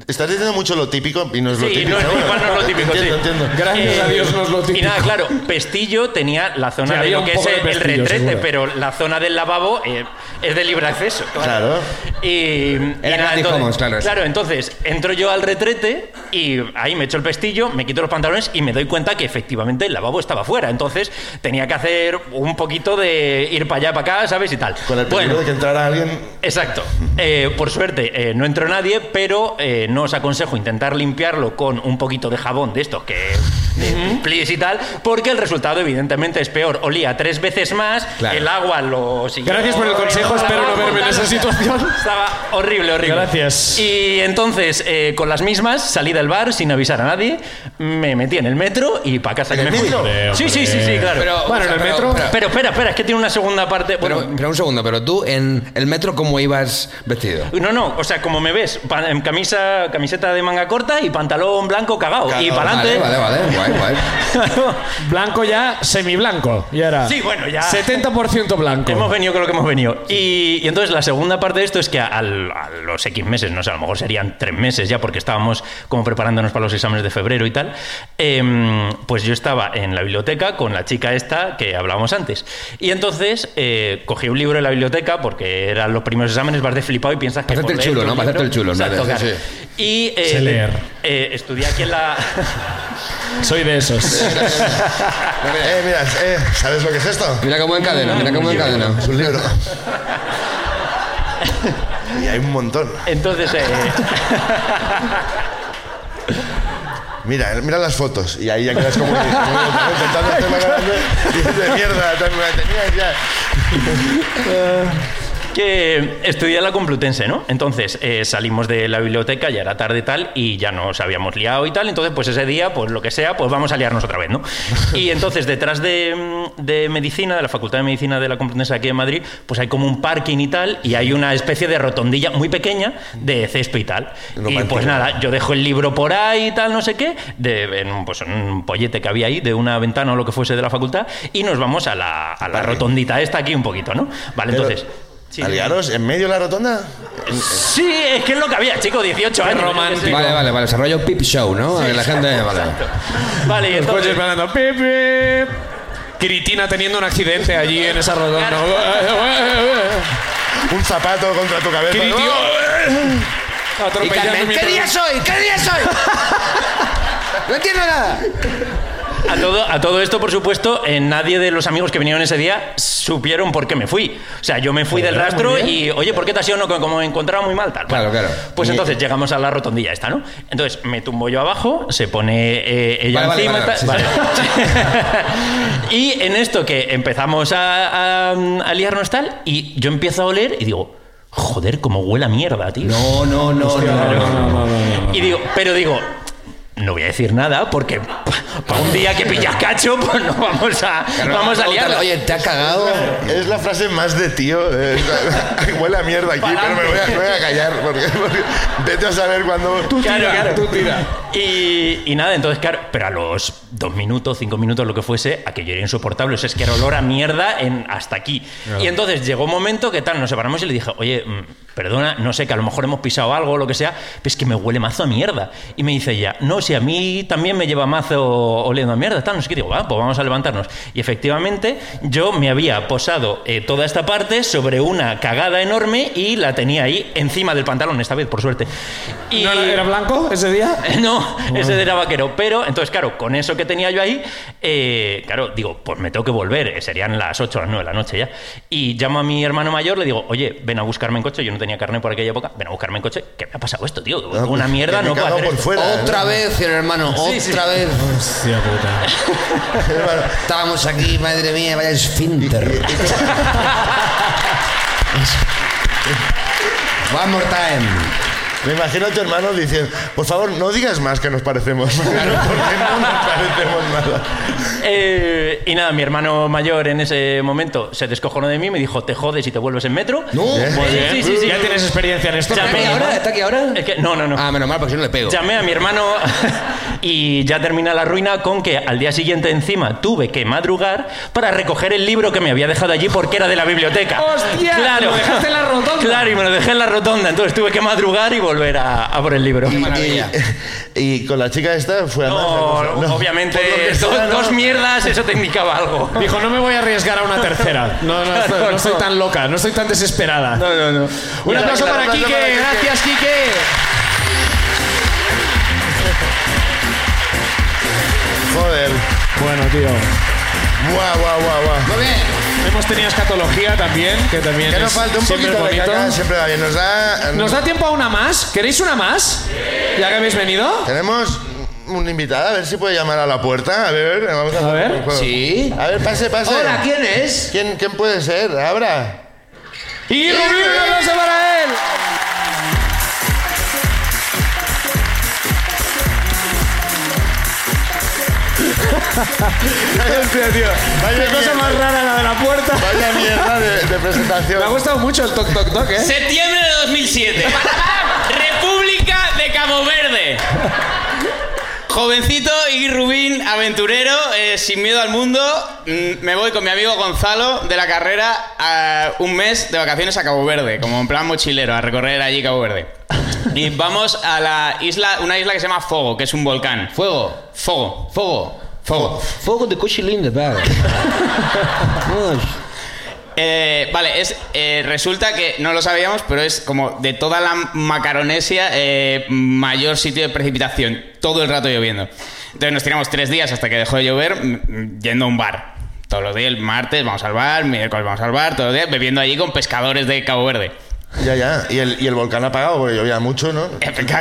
B: Estás diciendo mucho lo típico y no es lo
I: Sí,
B: típico.
I: no,
B: seguro.
I: igual no es lo típico, sí.
B: Entiendo, entiendo.
A: Gracias
I: Eh,
A: a Dios nos lo
I: Y
A: típico.
I: nada, claro, Pestillo tenía la
A: Sí,
I: zona de
A: había
I: lo
A: un
I: que es
A: poco de
I: el
A: Pestillo,
I: retrete,
A: seguro.
I: pero la zona del lavabo eh, es de libre acceso.
B: Claro.
I: Y, y nada,
C: gratis
I: entonces-
C: commons, claro, eso.
I: entonces entro yo al retrete y ahí me echo el pestillo, me quito los pantalones y me doy cuenta que efectivamente el lavabo estaba fuera. Entonces tenía que hacer un poquito de ir para allá, para acá, ¿sabes? Y tal.
B: Eh, Con el peligro
I: Bueno,
B: de que entrara alguien
I: Exacto. Eh, por suerte, eh, no entró nadie, pero eh, no os aconsejo intentar limpiarlo con un poquito de jabón de estos que. de plis y tal, porque el resultado, evidentemente, es peor. Olía tres veces más,
C: Claro.
I: el agua lo siguió-
A: Gracias por el consejo, espero no verme en esa situación.
I: Estaba horrible, horrible.
A: Gracias.
I: Y entonces, eh, con las mismas, salí del bar sin avisar a nadie, me metí en el metro y para casa
B: ¿En
I: que
B: el
I: me fui.
B: metro?
A: Hombre,
I: Sí, sí, sí, sí,
A: hombre.
I: claro. Pero,
C: Pero,
A: Bueno, en el
C: pero-
A: metro-
C: pero-
I: espera, espera, es que tiene una segunda parte. Bueno,
C: Pero, pero un segundo, pero tú en el metro, ¿cómo ibas vestido?
I: No, no, o sea, como me ves, pa- en camisa, camiseta de manga corta y pantalón blanco cagao.
B: Cagao,
I: y para
C: Vale,
I: adelante.
C: vale, vale, guay, guay.
A: Blanco ya, semiblanco. Y ahora.
I: Sí, bueno, ya.
A: 70% blanco.
I: Hemos venido con lo que hemos venido. Y, y entonces la segunda parte de esto es que al- a los X meses, no sé, a lo mejor serían tres meses ya porque estábamos como preparándonos para los exámenes de febrero y tal, em, pues yo estaba en la biblioteca con la chica esta que hablábamos antes. Y entonces eh, cogí un libro de la biblioteca porque eran los primeros exámenes, vas de flipado y piensas que...
C: Para hacerte
I: por
C: el
I: leer
C: chulo,
I: tu
C: ¿no? Para
I: libro-
C: hacerte el chulo, ¿no?
I: Exacto,
C: Sí,
I: claro. Y eh,
A: Sé leer.
I: eh, estudié aquí en la...
A: Soy de esos.
B: Eh, mira, eh, ¿sabes lo que es esto?
C: Mira cómo encadena, mira cómo encadena.
B: Es un libro. y hay un montón.
I: Entonces... eh,
B: Mira, mira las fotos. Y ahí ya quedas como, como intentando hacerla grande. Y dices, mierda, tan la tenías ya.
I: que estudié en la Complutense, ¿no? Entonces eh, salimos de la biblioteca, ya era tarde y tal, y ya nos habíamos liado y tal. Entonces, pues ese día, pues lo que sea, pues vamos a liarnos otra vez, ¿no? Y entonces, detrás de, mm, de medicina, de la Facultad de Medicina de la Complutense aquí en Madrid, pues hay como un parking y tal, y hay una especie de rotondilla muy pequeña de césped y tal. Y
B: Romántico.
I: pues nada, yo dejo el libro por ahí y tal, no sé qué, de, en un, pues, en un pollete que había ahí, de una ventana o lo que fuese de la facultad, y nos vamos a la, a la
B: Parking.
I: rotondita esta aquí un poquito, ¿no? Vale,
B: Pero-
I: entonces. sí.
B: ¿Aliaros en medio de la rotonda?
I: Sí, es que es lo que había, chico, 18 años.
A: romántico.
I: Vale,
C: Vale, vale, vale. Se rollo pip show, ¿no? A que la gente. Vale.
I: Vale, y
A: Los coches
I: entonces.
A: van andando, pip, pip. Kiritina teniendo un accidente allí en esa rodona.
B: Un zapato contra tu cabeza.
A: Kiriti,
B: ¡Oh!
F: ¡Ah!
A: oh,
C: Y Carmen,
A: atropellando
C: ¿qué día
A: mientras...
C: soy? ¿Qué día soy? No entiendo nada.
I: A todo, a todo esto, por supuesto, eh, nadie de los amigos que vinieron ese día supieron por qué me fui. O sea, yo me fui del rastro y, oye, ¿por qué te has ido? No, como- como me encontraba muy mal, tal.
C: Claro,
I: Bueno,
C: claro.
I: Pues
C: Ni-
I: entonces llegamos a la rotondilla esta, ¿no? Entonces me tumbo yo abajo, se pone eh, ella
C: Vale,
I: encima
C: vale,
I: y tal. Vale. y en esto que empezamos a, a, a liarnos tal, y yo empiezo a oler y digo, joder, cómo huele a mierda, tío.
C: No, no, no, no.
I: Y digo, pero digo, no voy a decir nada porque para un día que pillas cacho, pues no vamos a, vamos a liarla.
C: Oye, ¿te has cagado?
B: Es la frase más de tío. eh, huele a mierda aquí, pero me voy a, me voy a callar. Porque, porque vete a saber cuándo.
I: Claro, claro.
A: Tú tira.
I: Y, y nada, entonces, claro, pero a los dos minutos, cinco minutos, lo que fuese, aquello era insoportable. O sea, es que era olor a mierda en, hasta aquí. Y entonces llegó un momento que tal, nos separamos y le dije, oye, mm, perdona, no sé, que a lo mejor hemos pisado algo o lo que sea, pero es que me huele mazo a mierda. Y me dice ella, no, si a mí también me lleva mazo oliendo a mierda, tal, no sé qué. Digo, va, pues vamos a levantarnos. Y efectivamente, yo me había posado eh, toda esta parte sobre una cagada enorme y la tenía ahí encima del pantalón, esta vez, por suerte. Y...
F: ¿No era, era blanco ese día?
I: No, ese era vaquero. Pero, entonces, claro, con eso que tenía yo ahí, eh, claro, digo, pues me tengo que volver. eh, Serían las 8 o las 9 de la noche ya. Y llamo a mi hermano mayor, le digo, oye, ven a buscarme en coche. Yo no tenía carne por aquella época. Ven a buscarme en coche. ¿Qué me ha pasado esto, tío? Una mierda,
B: Ah, pues, que me he
I: no puedo
B: cagado
I: hacer
B: por
I: esto".
B: fuera. ¿eh?
C: Otra vez, el hermano,
I: Sí, sí.
C: otra vez.
F: Hostia puta.
C: Estábamos aquí, madre mía, vaya esfínter. One more time.
B: Me imagino a tu hermano diciendo, por favor, no digas más que nos parecemos. Claro, porque no nos parecemos nada.
I: Eh, y nada, mi hermano mayor en ese momento se descojonó de mí, me dijo, te jodes y te vuelves en metro.
C: No.
I: Muy bien. Sí, sí, sí.
F: ¿Ya tienes experiencia en esto?
I: Ya
C: ¿Está aquí
I: me-
C: ahora? ¿Está aquí ahora?
I: Es que, no, no, no.
C: Ah, menos mal, porque si no le pego.
I: Llamé a mi hermano y ya termina la ruina con que al día siguiente encima tuve que madrugar para recoger el libro que me había dejado allí porque era de la biblioteca.
F: ¡Hostia!
I: Claro.
F: Lo dejaste en la rotonda.
I: Claro, y me lo dejé en la rotonda, entonces tuve que madrugar y volver a, a por el libro.
B: Y-
C: maravilla.
B: Y, y con la chica esta fue a más la
I: No,
B: cosa. No.
I: obviamente,
B: Por lo que
I: dos,
B: sea, no.
I: dos mierdas, eso te indicaba algo.
F: Dijo, no me voy a arriesgar a una tercera. No, no, estoy- no estoy tan loca, no estoy tan desesperada.
B: No, no, no.
F: Un aplauso para
B: Kike,
F: Quique, gracias Quique.
B: Joder.
F: Bueno, tío,
B: Guau, guau, guau, guau.
C: Muy bien.
F: hemos tenido escatología también, que también
B: Que nos
F: es
B: falta un
F: siempre
B: poquito de
F: bonito.
B: caca, siempre va bien. Nos da...
F: ¿Nos da tiempo a una más? ¿Queréis una más? ¿Ya que habéis venido?
B: Tenemos una invitada, a ver si puede llamar a la puerta. A ver, vamos a,
F: A ver.
B: un juego.
C: Sí.
B: A ver, pase, pase.
C: Hola, ¿quién es?
B: ¿Quién, quién puede ser? Abra.
F: ¡Y Rubí, un aplauso para él!
B: Hostia, tío. Vaya,
F: ¡Qué
B: mierda,
F: cosa más rara la de la puerta!
B: vaya mierda de, de presentación.
F: Me ha gustado mucho el toc toc toc, ¿eh?
A: Septiembre de 2007. República de Cabo Verde. Jovencito y Rubín, aventurero, eh, sin miedo al mundo, mm, me voy con mi amigo Gonzalo de la carrera a un mes de vacaciones a Cabo Verde, como en plan mochilero, a recorrer allí Cabo Verde. Y vamos a la isla, una isla que se llama Fogo, que es un volcán.
C: Fuego.
A: Fogo.
C: Fuego. Fuego. Fuego de cochilín de padre.
A: Eh, vale, es, eh, resulta que no lo sabíamos, pero es como de toda la Macaronesia eh, mayor sitio de precipitación, todo el rato lloviendo. Entonces nos tiramos tres días hasta que dejó de llover mm, mm, yendo a un bar. Todos los días, el martes vamos al bar, miércoles vamos al bar, todos los días bebiendo allí con pescadores de Cabo Verde.
B: Ya, ya. Y el, y el volcán apagado, porque llovía mucho, ¿no?
A: Estaba-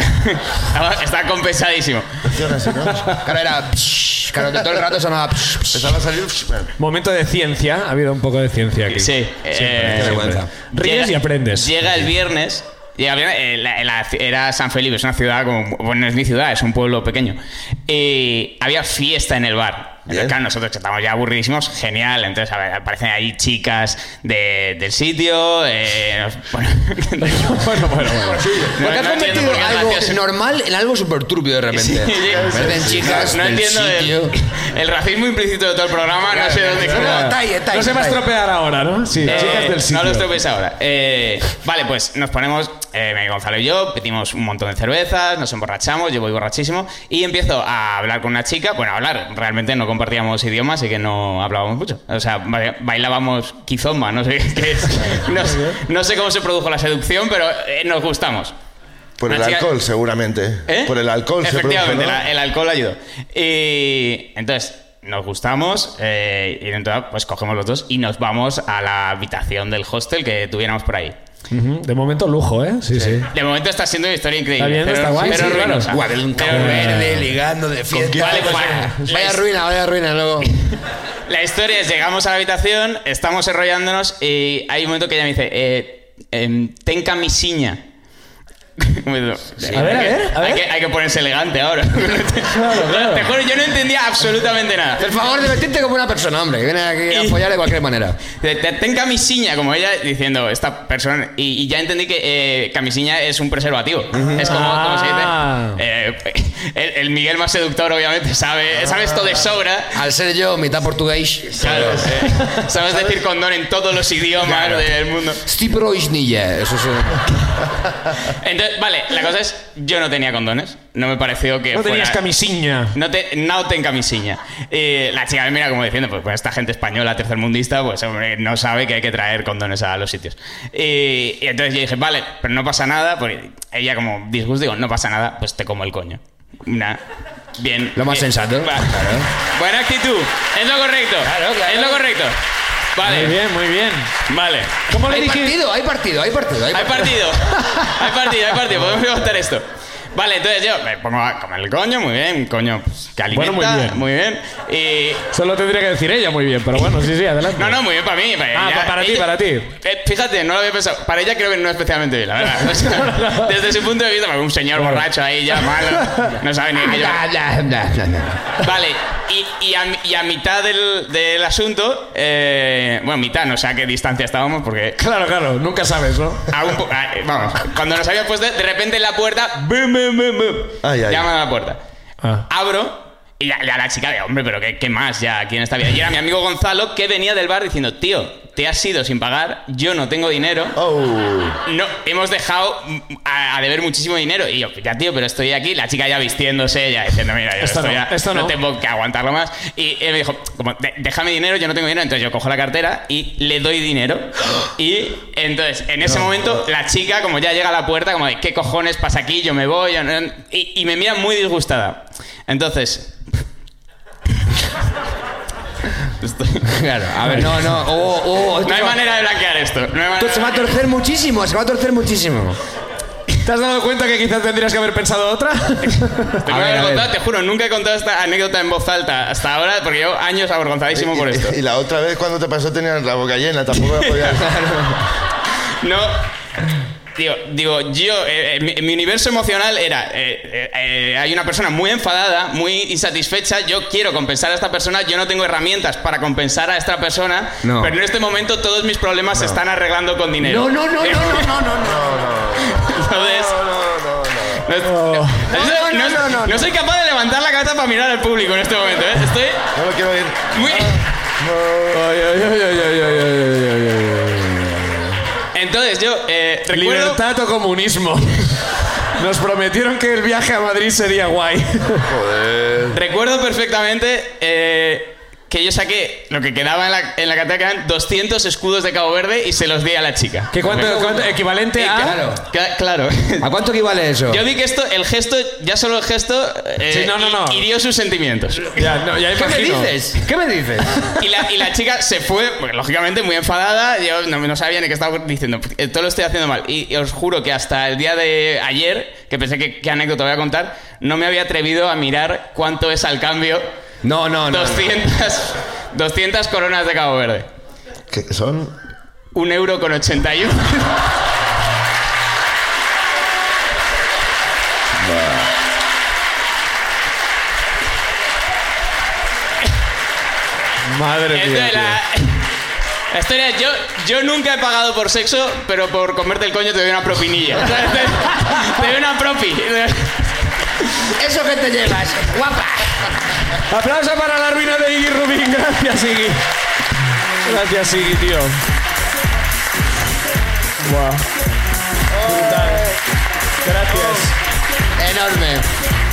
A: Está compensadísimo.
B: Funciona así, ¿no?
C: Claro, era. psh, Claro, que todo el rato sonaba. psh, psh.
B: Empezaba a salir... psh, bueno.
F: Momento de ciencia, ha habido un poco de ciencia aquí.
A: Sí. eh,
C: vergüenza.
F: Ríes y aprendes.
A: Llega el viernes. Llega el viernes, eh, la- la- era San Felipe, es una ciudad como. Bueno, no es mi ciudad, es un pueblo pequeño. Y había fiesta en el bar. Entonces, claro, nosotros que estábamos ya aburridísimos, genial. Entonces a ver, aparecen ahí chicas de- del sitio. eh, nos- bueno,
F: Bueno, bueno, bueno.
A: no-
C: Porque has
A: no entiendo
C: convertido
A: por qué es
C: algo
A: gracioso.
C: normal en algo súper turbio de
A: Sí,
C: repente.
A: sí,
C: Parecen
A: sí, sí.
C: chicas
A: no
C: del
A: entiendo el-
C: sitio.
A: El, racismo implícito de todo el programa, no sé dónde
C: claro.
A: queda.
C: Detalle, detalle,
F: No se va a
C: detalle.
F: estropear ahora, ¿no? Sí,
A: Eh,
F: chicas del sitio.
A: No lo estropees ahora. Eh, vale, pues nos ponemos, eh, mi Gonzalo y yo, pedimos un montón de cervezas, nos emborrachamos, yo voy borrachísimo y empiezo a hablar con una chica. Bueno, a hablar, realmente no compartíamos idioma, así que no hablábamos mucho. O sea, ba- bailábamos quizomba, no sé qué es. No, sé- no sé cómo se produjo la seducción, pero eh, nos gustamos.
B: Por el
A: Una chica-
B: alcohol, seguramente.
A: ¿Eh?
B: Por el alcohol se produjo,
A: Efectivamente,
B: ¿no?
A: la- el alcohol ayudó. Y entonces nos gustamos eh, y entonces pues cogemos los dos y nos vamos a la habitación del hostel que tuviéramos por ahí.
F: Ujú, De momento lujo, ¿eh? Sí, sí.
A: De momento está siendo una historia increíble.
F: Está bien,
A: pero
F: está guay,
A: pero
F: sí, claro.
A: ruinosa.
C: Guau, de un cabo
A: Pero-
C: verde, ligando de fiesta.
A: Vale, pues,
C: Vaya ruina, vaya ruina, luego.
A: La historia es, llegamos a la habitación, estamos enrollándonos y hay un momento que ella me dice, eh, em, tenca mi siña.
F: A ver, a ver, a ver.
A: Hay que, hay que ponerse elegante ahora. Te juro, yo no entendía absolutamente nada.
C: El favor de vestirte como una persona, hombre, que viene aquí a
A: Y-
C: follar de cualquier manera.
A: Te- te- Ten camisiña, como ella diciendo, esta persona. Y, y ya entendí que eh, camisiña es un preservativo. Es como, ¿cómo
F: Ah.
A: se dice. Eh, el, el Miguel más seductor, obviamente, sabe, sabe esto de sobra.
C: Al ser yo mitad portugués,
A: Claro, eh, sabes decir condón en todos los idiomas del mundo.
C: Steve Roisnilla, eso es. eh,
A: Entonces, vale, la cosa es, yo no tenía condones. No me pareció que
I: No tenías
A: fuera-
I: camisiña.
A: No te, no ten camisilla. Eh, la chica me mira como diciendo, pues, pues, esta gente española tercermundista, pues hombre, no sabe que hay que traer condones a los sitios. Y, y entonces yo dije, vale, pero no pasa nada, porque ella como disgusto, digo, no pasa nada, pues te como el coño. Nah. Bien.
C: Lo más
A: bien.
C: sensato.
A: Va.
C: Claro.
A: Buena actitud. Es lo correcto.
C: Claro, claro.
A: Es lo correcto. Vale.
I: Muy bien, muy bien.
A: Vale.
I: ¿Cómo le
C: Hay
I: dije?
C: partido, hay partido, hay partido. Hay
A: Hay
C: partido.
A: partido. Hay partido, hay partido. Podemos preguntar esto. Vale, entonces yo me pongo a comer el coño, muy bien, coño, pues, que alimenta,
I: Bueno, muy
A: muy bien. Y
I: Solo tendría que decir ella muy bien, pero bueno, sí, sí, adelante.
A: No, no, muy bien para mí. Para
I: Ah,
A: ella.
I: pa- para ti,
A: Ella-
I: para ti.
A: Eh, fíjate, no lo había pensado. Para ella creo que no especialmente bien, la verdad. O sea, Desde su punto de vista, porque un señor borracho ahí ya malo, no sabe ni qué llevar. Vale, y, y a, mi- y a mitad del, del asunto, eh, bueno, mitad, no sé a qué distancia estábamos, porque
I: Claro, claro, nunca sabes, ¿no?
A: a un po- a- eh, vamos, cuando nos habíamos puesto, de repente en la puerta, bum, bum, bum, bum,
B: Ay, ay.
A: llaman a la puerta.
I: Ah.
A: Abro y ya, ya la chica de, hombre, pero ¿qué, qué más ya? ¿Quién está bien? Y era mi amigo Gonzalo que venía del bar diciendo, tío, te has ido sin pagar, yo no tengo dinero.
B: Oh.
A: No, hemos dejado mm, a, a deber muchísimo dinero. Y yo, ya tío, pero estoy aquí. La chica ya vistiéndose, ya diciendo, mira, yo
I: Esto
A: esto,
I: no,
A: ya
I: esto no.
A: tengo que aguantarlo más. Y él me dijo, como, "De- déjame dinero, yo no tengo dinero. Entonces yo cojo la cartera y le doy dinero. Y entonces, en ese momento, la chica, como ya llega a la puerta, como de, ¿qué cojones pasa aquí? Yo me voy. yo no-". Y, y me mira muy disgustada. Entonces. Estoy-
C: Claro, a ver, no, no. Oh, oh, esto
A: No hay
C: se va-
A: manera de blanquear esto. No hay manera
C: Esto
A: de
C: se va a
A: blanquear.
C: torcer muchísimo, se va a torcer muchísimo.
I: ¿Te has dado cuenta que quizás tendrías que haber pensado otra?
A: Te,
C: A
A: lo voy a
C: ver, a
A: contar,
C: ver.
A: te juro, nunca he contado esta anécdota en voz alta hasta ahora, porque llevo años avergonzadísimo por esto.
B: Y, la otra vez cuando te pasó tenías la boca llena, tampoco la podías.
A: No. Digo, digo, yo, eh, eh, mi, mi universo emocional era, eh, eh, eh, hay una persona muy enfadada, muy insatisfecha, yo quiero compensar a esta persona, yo no tengo herramientas para compensar a esta persona,
C: No.
A: pero en este momento todos mis problemas se están arreglando con dinero.
C: No, no, no, no, no, no, no, no. Oh.
A: Entonces, no,
B: no, no, no.
C: No, no, no, no, no.
A: soy capaz de levantar la cabeza para mirar al público en este momento, ¿eh? estoy
B: No lo quiero oír.
A: muy...
I: Ay, ay, ay, ay, ay, ay, ay, ay, ay,
A: Entonces yo, eh,
I: ay.
A: recuerdo...
I: Libertad o comunismo. Nos prometieron que el viaje a Madrid sería guay.
A: Recuerdo perfectamente eh, que yo saqué lo que quedaba en la, en la cartera, que eran 200 escudos de Cabo Verde y se los di a la chica.
I: ¿Qué cuánto, Ah. cuánto- equivalente a?
C: Claro.
A: Cla- claro.
C: ¿A cuánto equivale eso?
A: Yo vi que esto, el gesto, ya solo el gesto, eh,
I: Sí, no, no, no.
A: hirió sus sentimientos.
I: Ya, no, ya
C: ¿Qué me
I: imagino.
C: dices? ¿Qué me dices?
A: Y la, y la chica se fue, porque, lógicamente muy enfadada, yo no, no sabía ni qué estaba diciendo, eh, todo lo estoy haciendo mal. Y, y os juro que hasta el día de ayer, que pensé que qué anécdota voy a contar, no me había atrevido a mirar cuánto es al cambio
C: No, no, no.
A: 200, 200 coronas de Cabo Verde.
B: ¿Qué son?
A: Un euro con 81.
I: Madre
A: Esto
I: mía.
A: es la... la historia es, yo, yo nunca he pagado por sexo, pero por comerte el coño te doy una propinilla. O sea, te, te doy una propi.
C: Eso que te llevas, guapa.
I: tío. Aplauso para la ruina de Iggy Rubin. Gracias, Iggy. Gracias, Iggy, tío. Buah. Brutal. Gracias.
C: Enorme.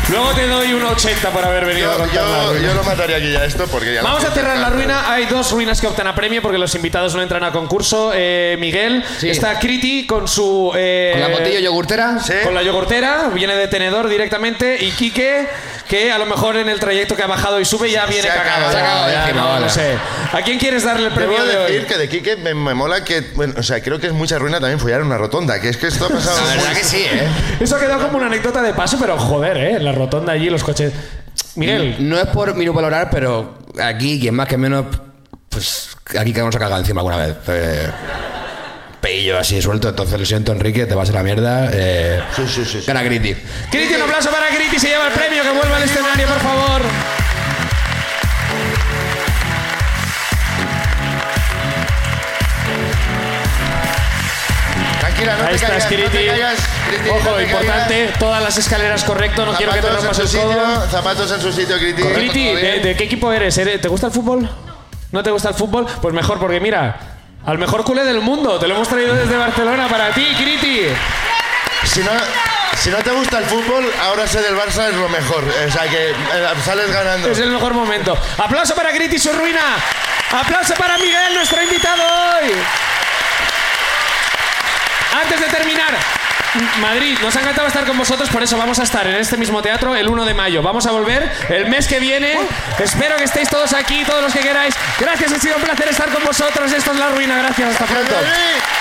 I: Luego te doy un 80 por haber venido a
B: Yo,
I: contar la
B: yo,
I: ruina.
B: yo lo mataría aquí ya esto porque ya no
I: Vamos a
B: quiero
I: cerrar la
B: tanto.
I: ruina. Hay dos ruinas que optan a premio porque los invitados no entran a concurso. Eh, Miguel,
C: Sí.
I: está Criti con su. eh,
C: ¿Con la botella yogurtera?
B: Sí.
I: Con la yogurtera, viene de tenedor directamente. Y Quique, que a lo mejor en el trayecto que ha bajado y sube ya viene
B: ha cagado,
I: cagado.
B: se ha
C: cagado
I: ya,
C: encima,
I: no,
C: vale.
I: no sé. ¿A quién quieres darle el premio
B: Debo
I: de
B: decir
I: hoy?
B: que de Quique me, me mola que, bueno, o sea, creo que es mucha ruina también follar en una rotonda, que es que esto ha pasado...
C: La verdad que sí, ¿eh?
I: Eso ha quedado como una anécdota de paso, pero joder, ¿eh? La rotonda allí, los coches. Miguel.
C: No es por minusvalorar, pero aquí, quien más que menos, pues aquí que nos ha cagado encima alguna vez. Eh, pello así suelto, entonces lo siento, Enrique, te vas a la mierda. Eh,
B: Sí, sí, sí, sí.
C: Gana Gritty.
I: Criti, un aplauso para Criti. Se lleva el premio. Que vuelva al escenario, por favor.
B: Tranquila, no
I: Ahí
B: te caigas,
I: estás, Oh,
B: no te
I: Kiriti.
B: caigas. Kiriti, no
I: Ojo,
B: te
I: importante,
B: caigas.
I: todas las escaleras correcto, no quiero que te
B: Zapatos en
I: rompas
B: su
I: el
B: sitio,
I: codo.
B: zapatos en su sitio, Criti.
I: Criti, eh, ¿de, de qué equipo eres? ¿Eres- ¿Te gusta el fútbol? ¿No te gusta el fútbol? Pues mejor, porque mira, al mejor culé del mundo, te lo hemos traído desde Barcelona para ti, Criti.
B: Si no, Si no te gusta el fútbol, ahora ser del Barça es lo mejor. O sea que eh, sales ganando.
I: Es el mejor momento. Aplauso para Griti y su ruina. Aplauso para Miguel, nuestro invitado hoy. Antes de terminar, Madrid, nos ha encantado estar con vosotros, por eso vamos a estar en este mismo teatro el 1 de mayo. Vamos a volver el mes que viene. Espero que estéis todos aquí, todos los que queráis. Gracias, ha sido un placer estar con vosotros. Esto es La Ruina, gracias, hasta pronto.
B: ¡Madrid!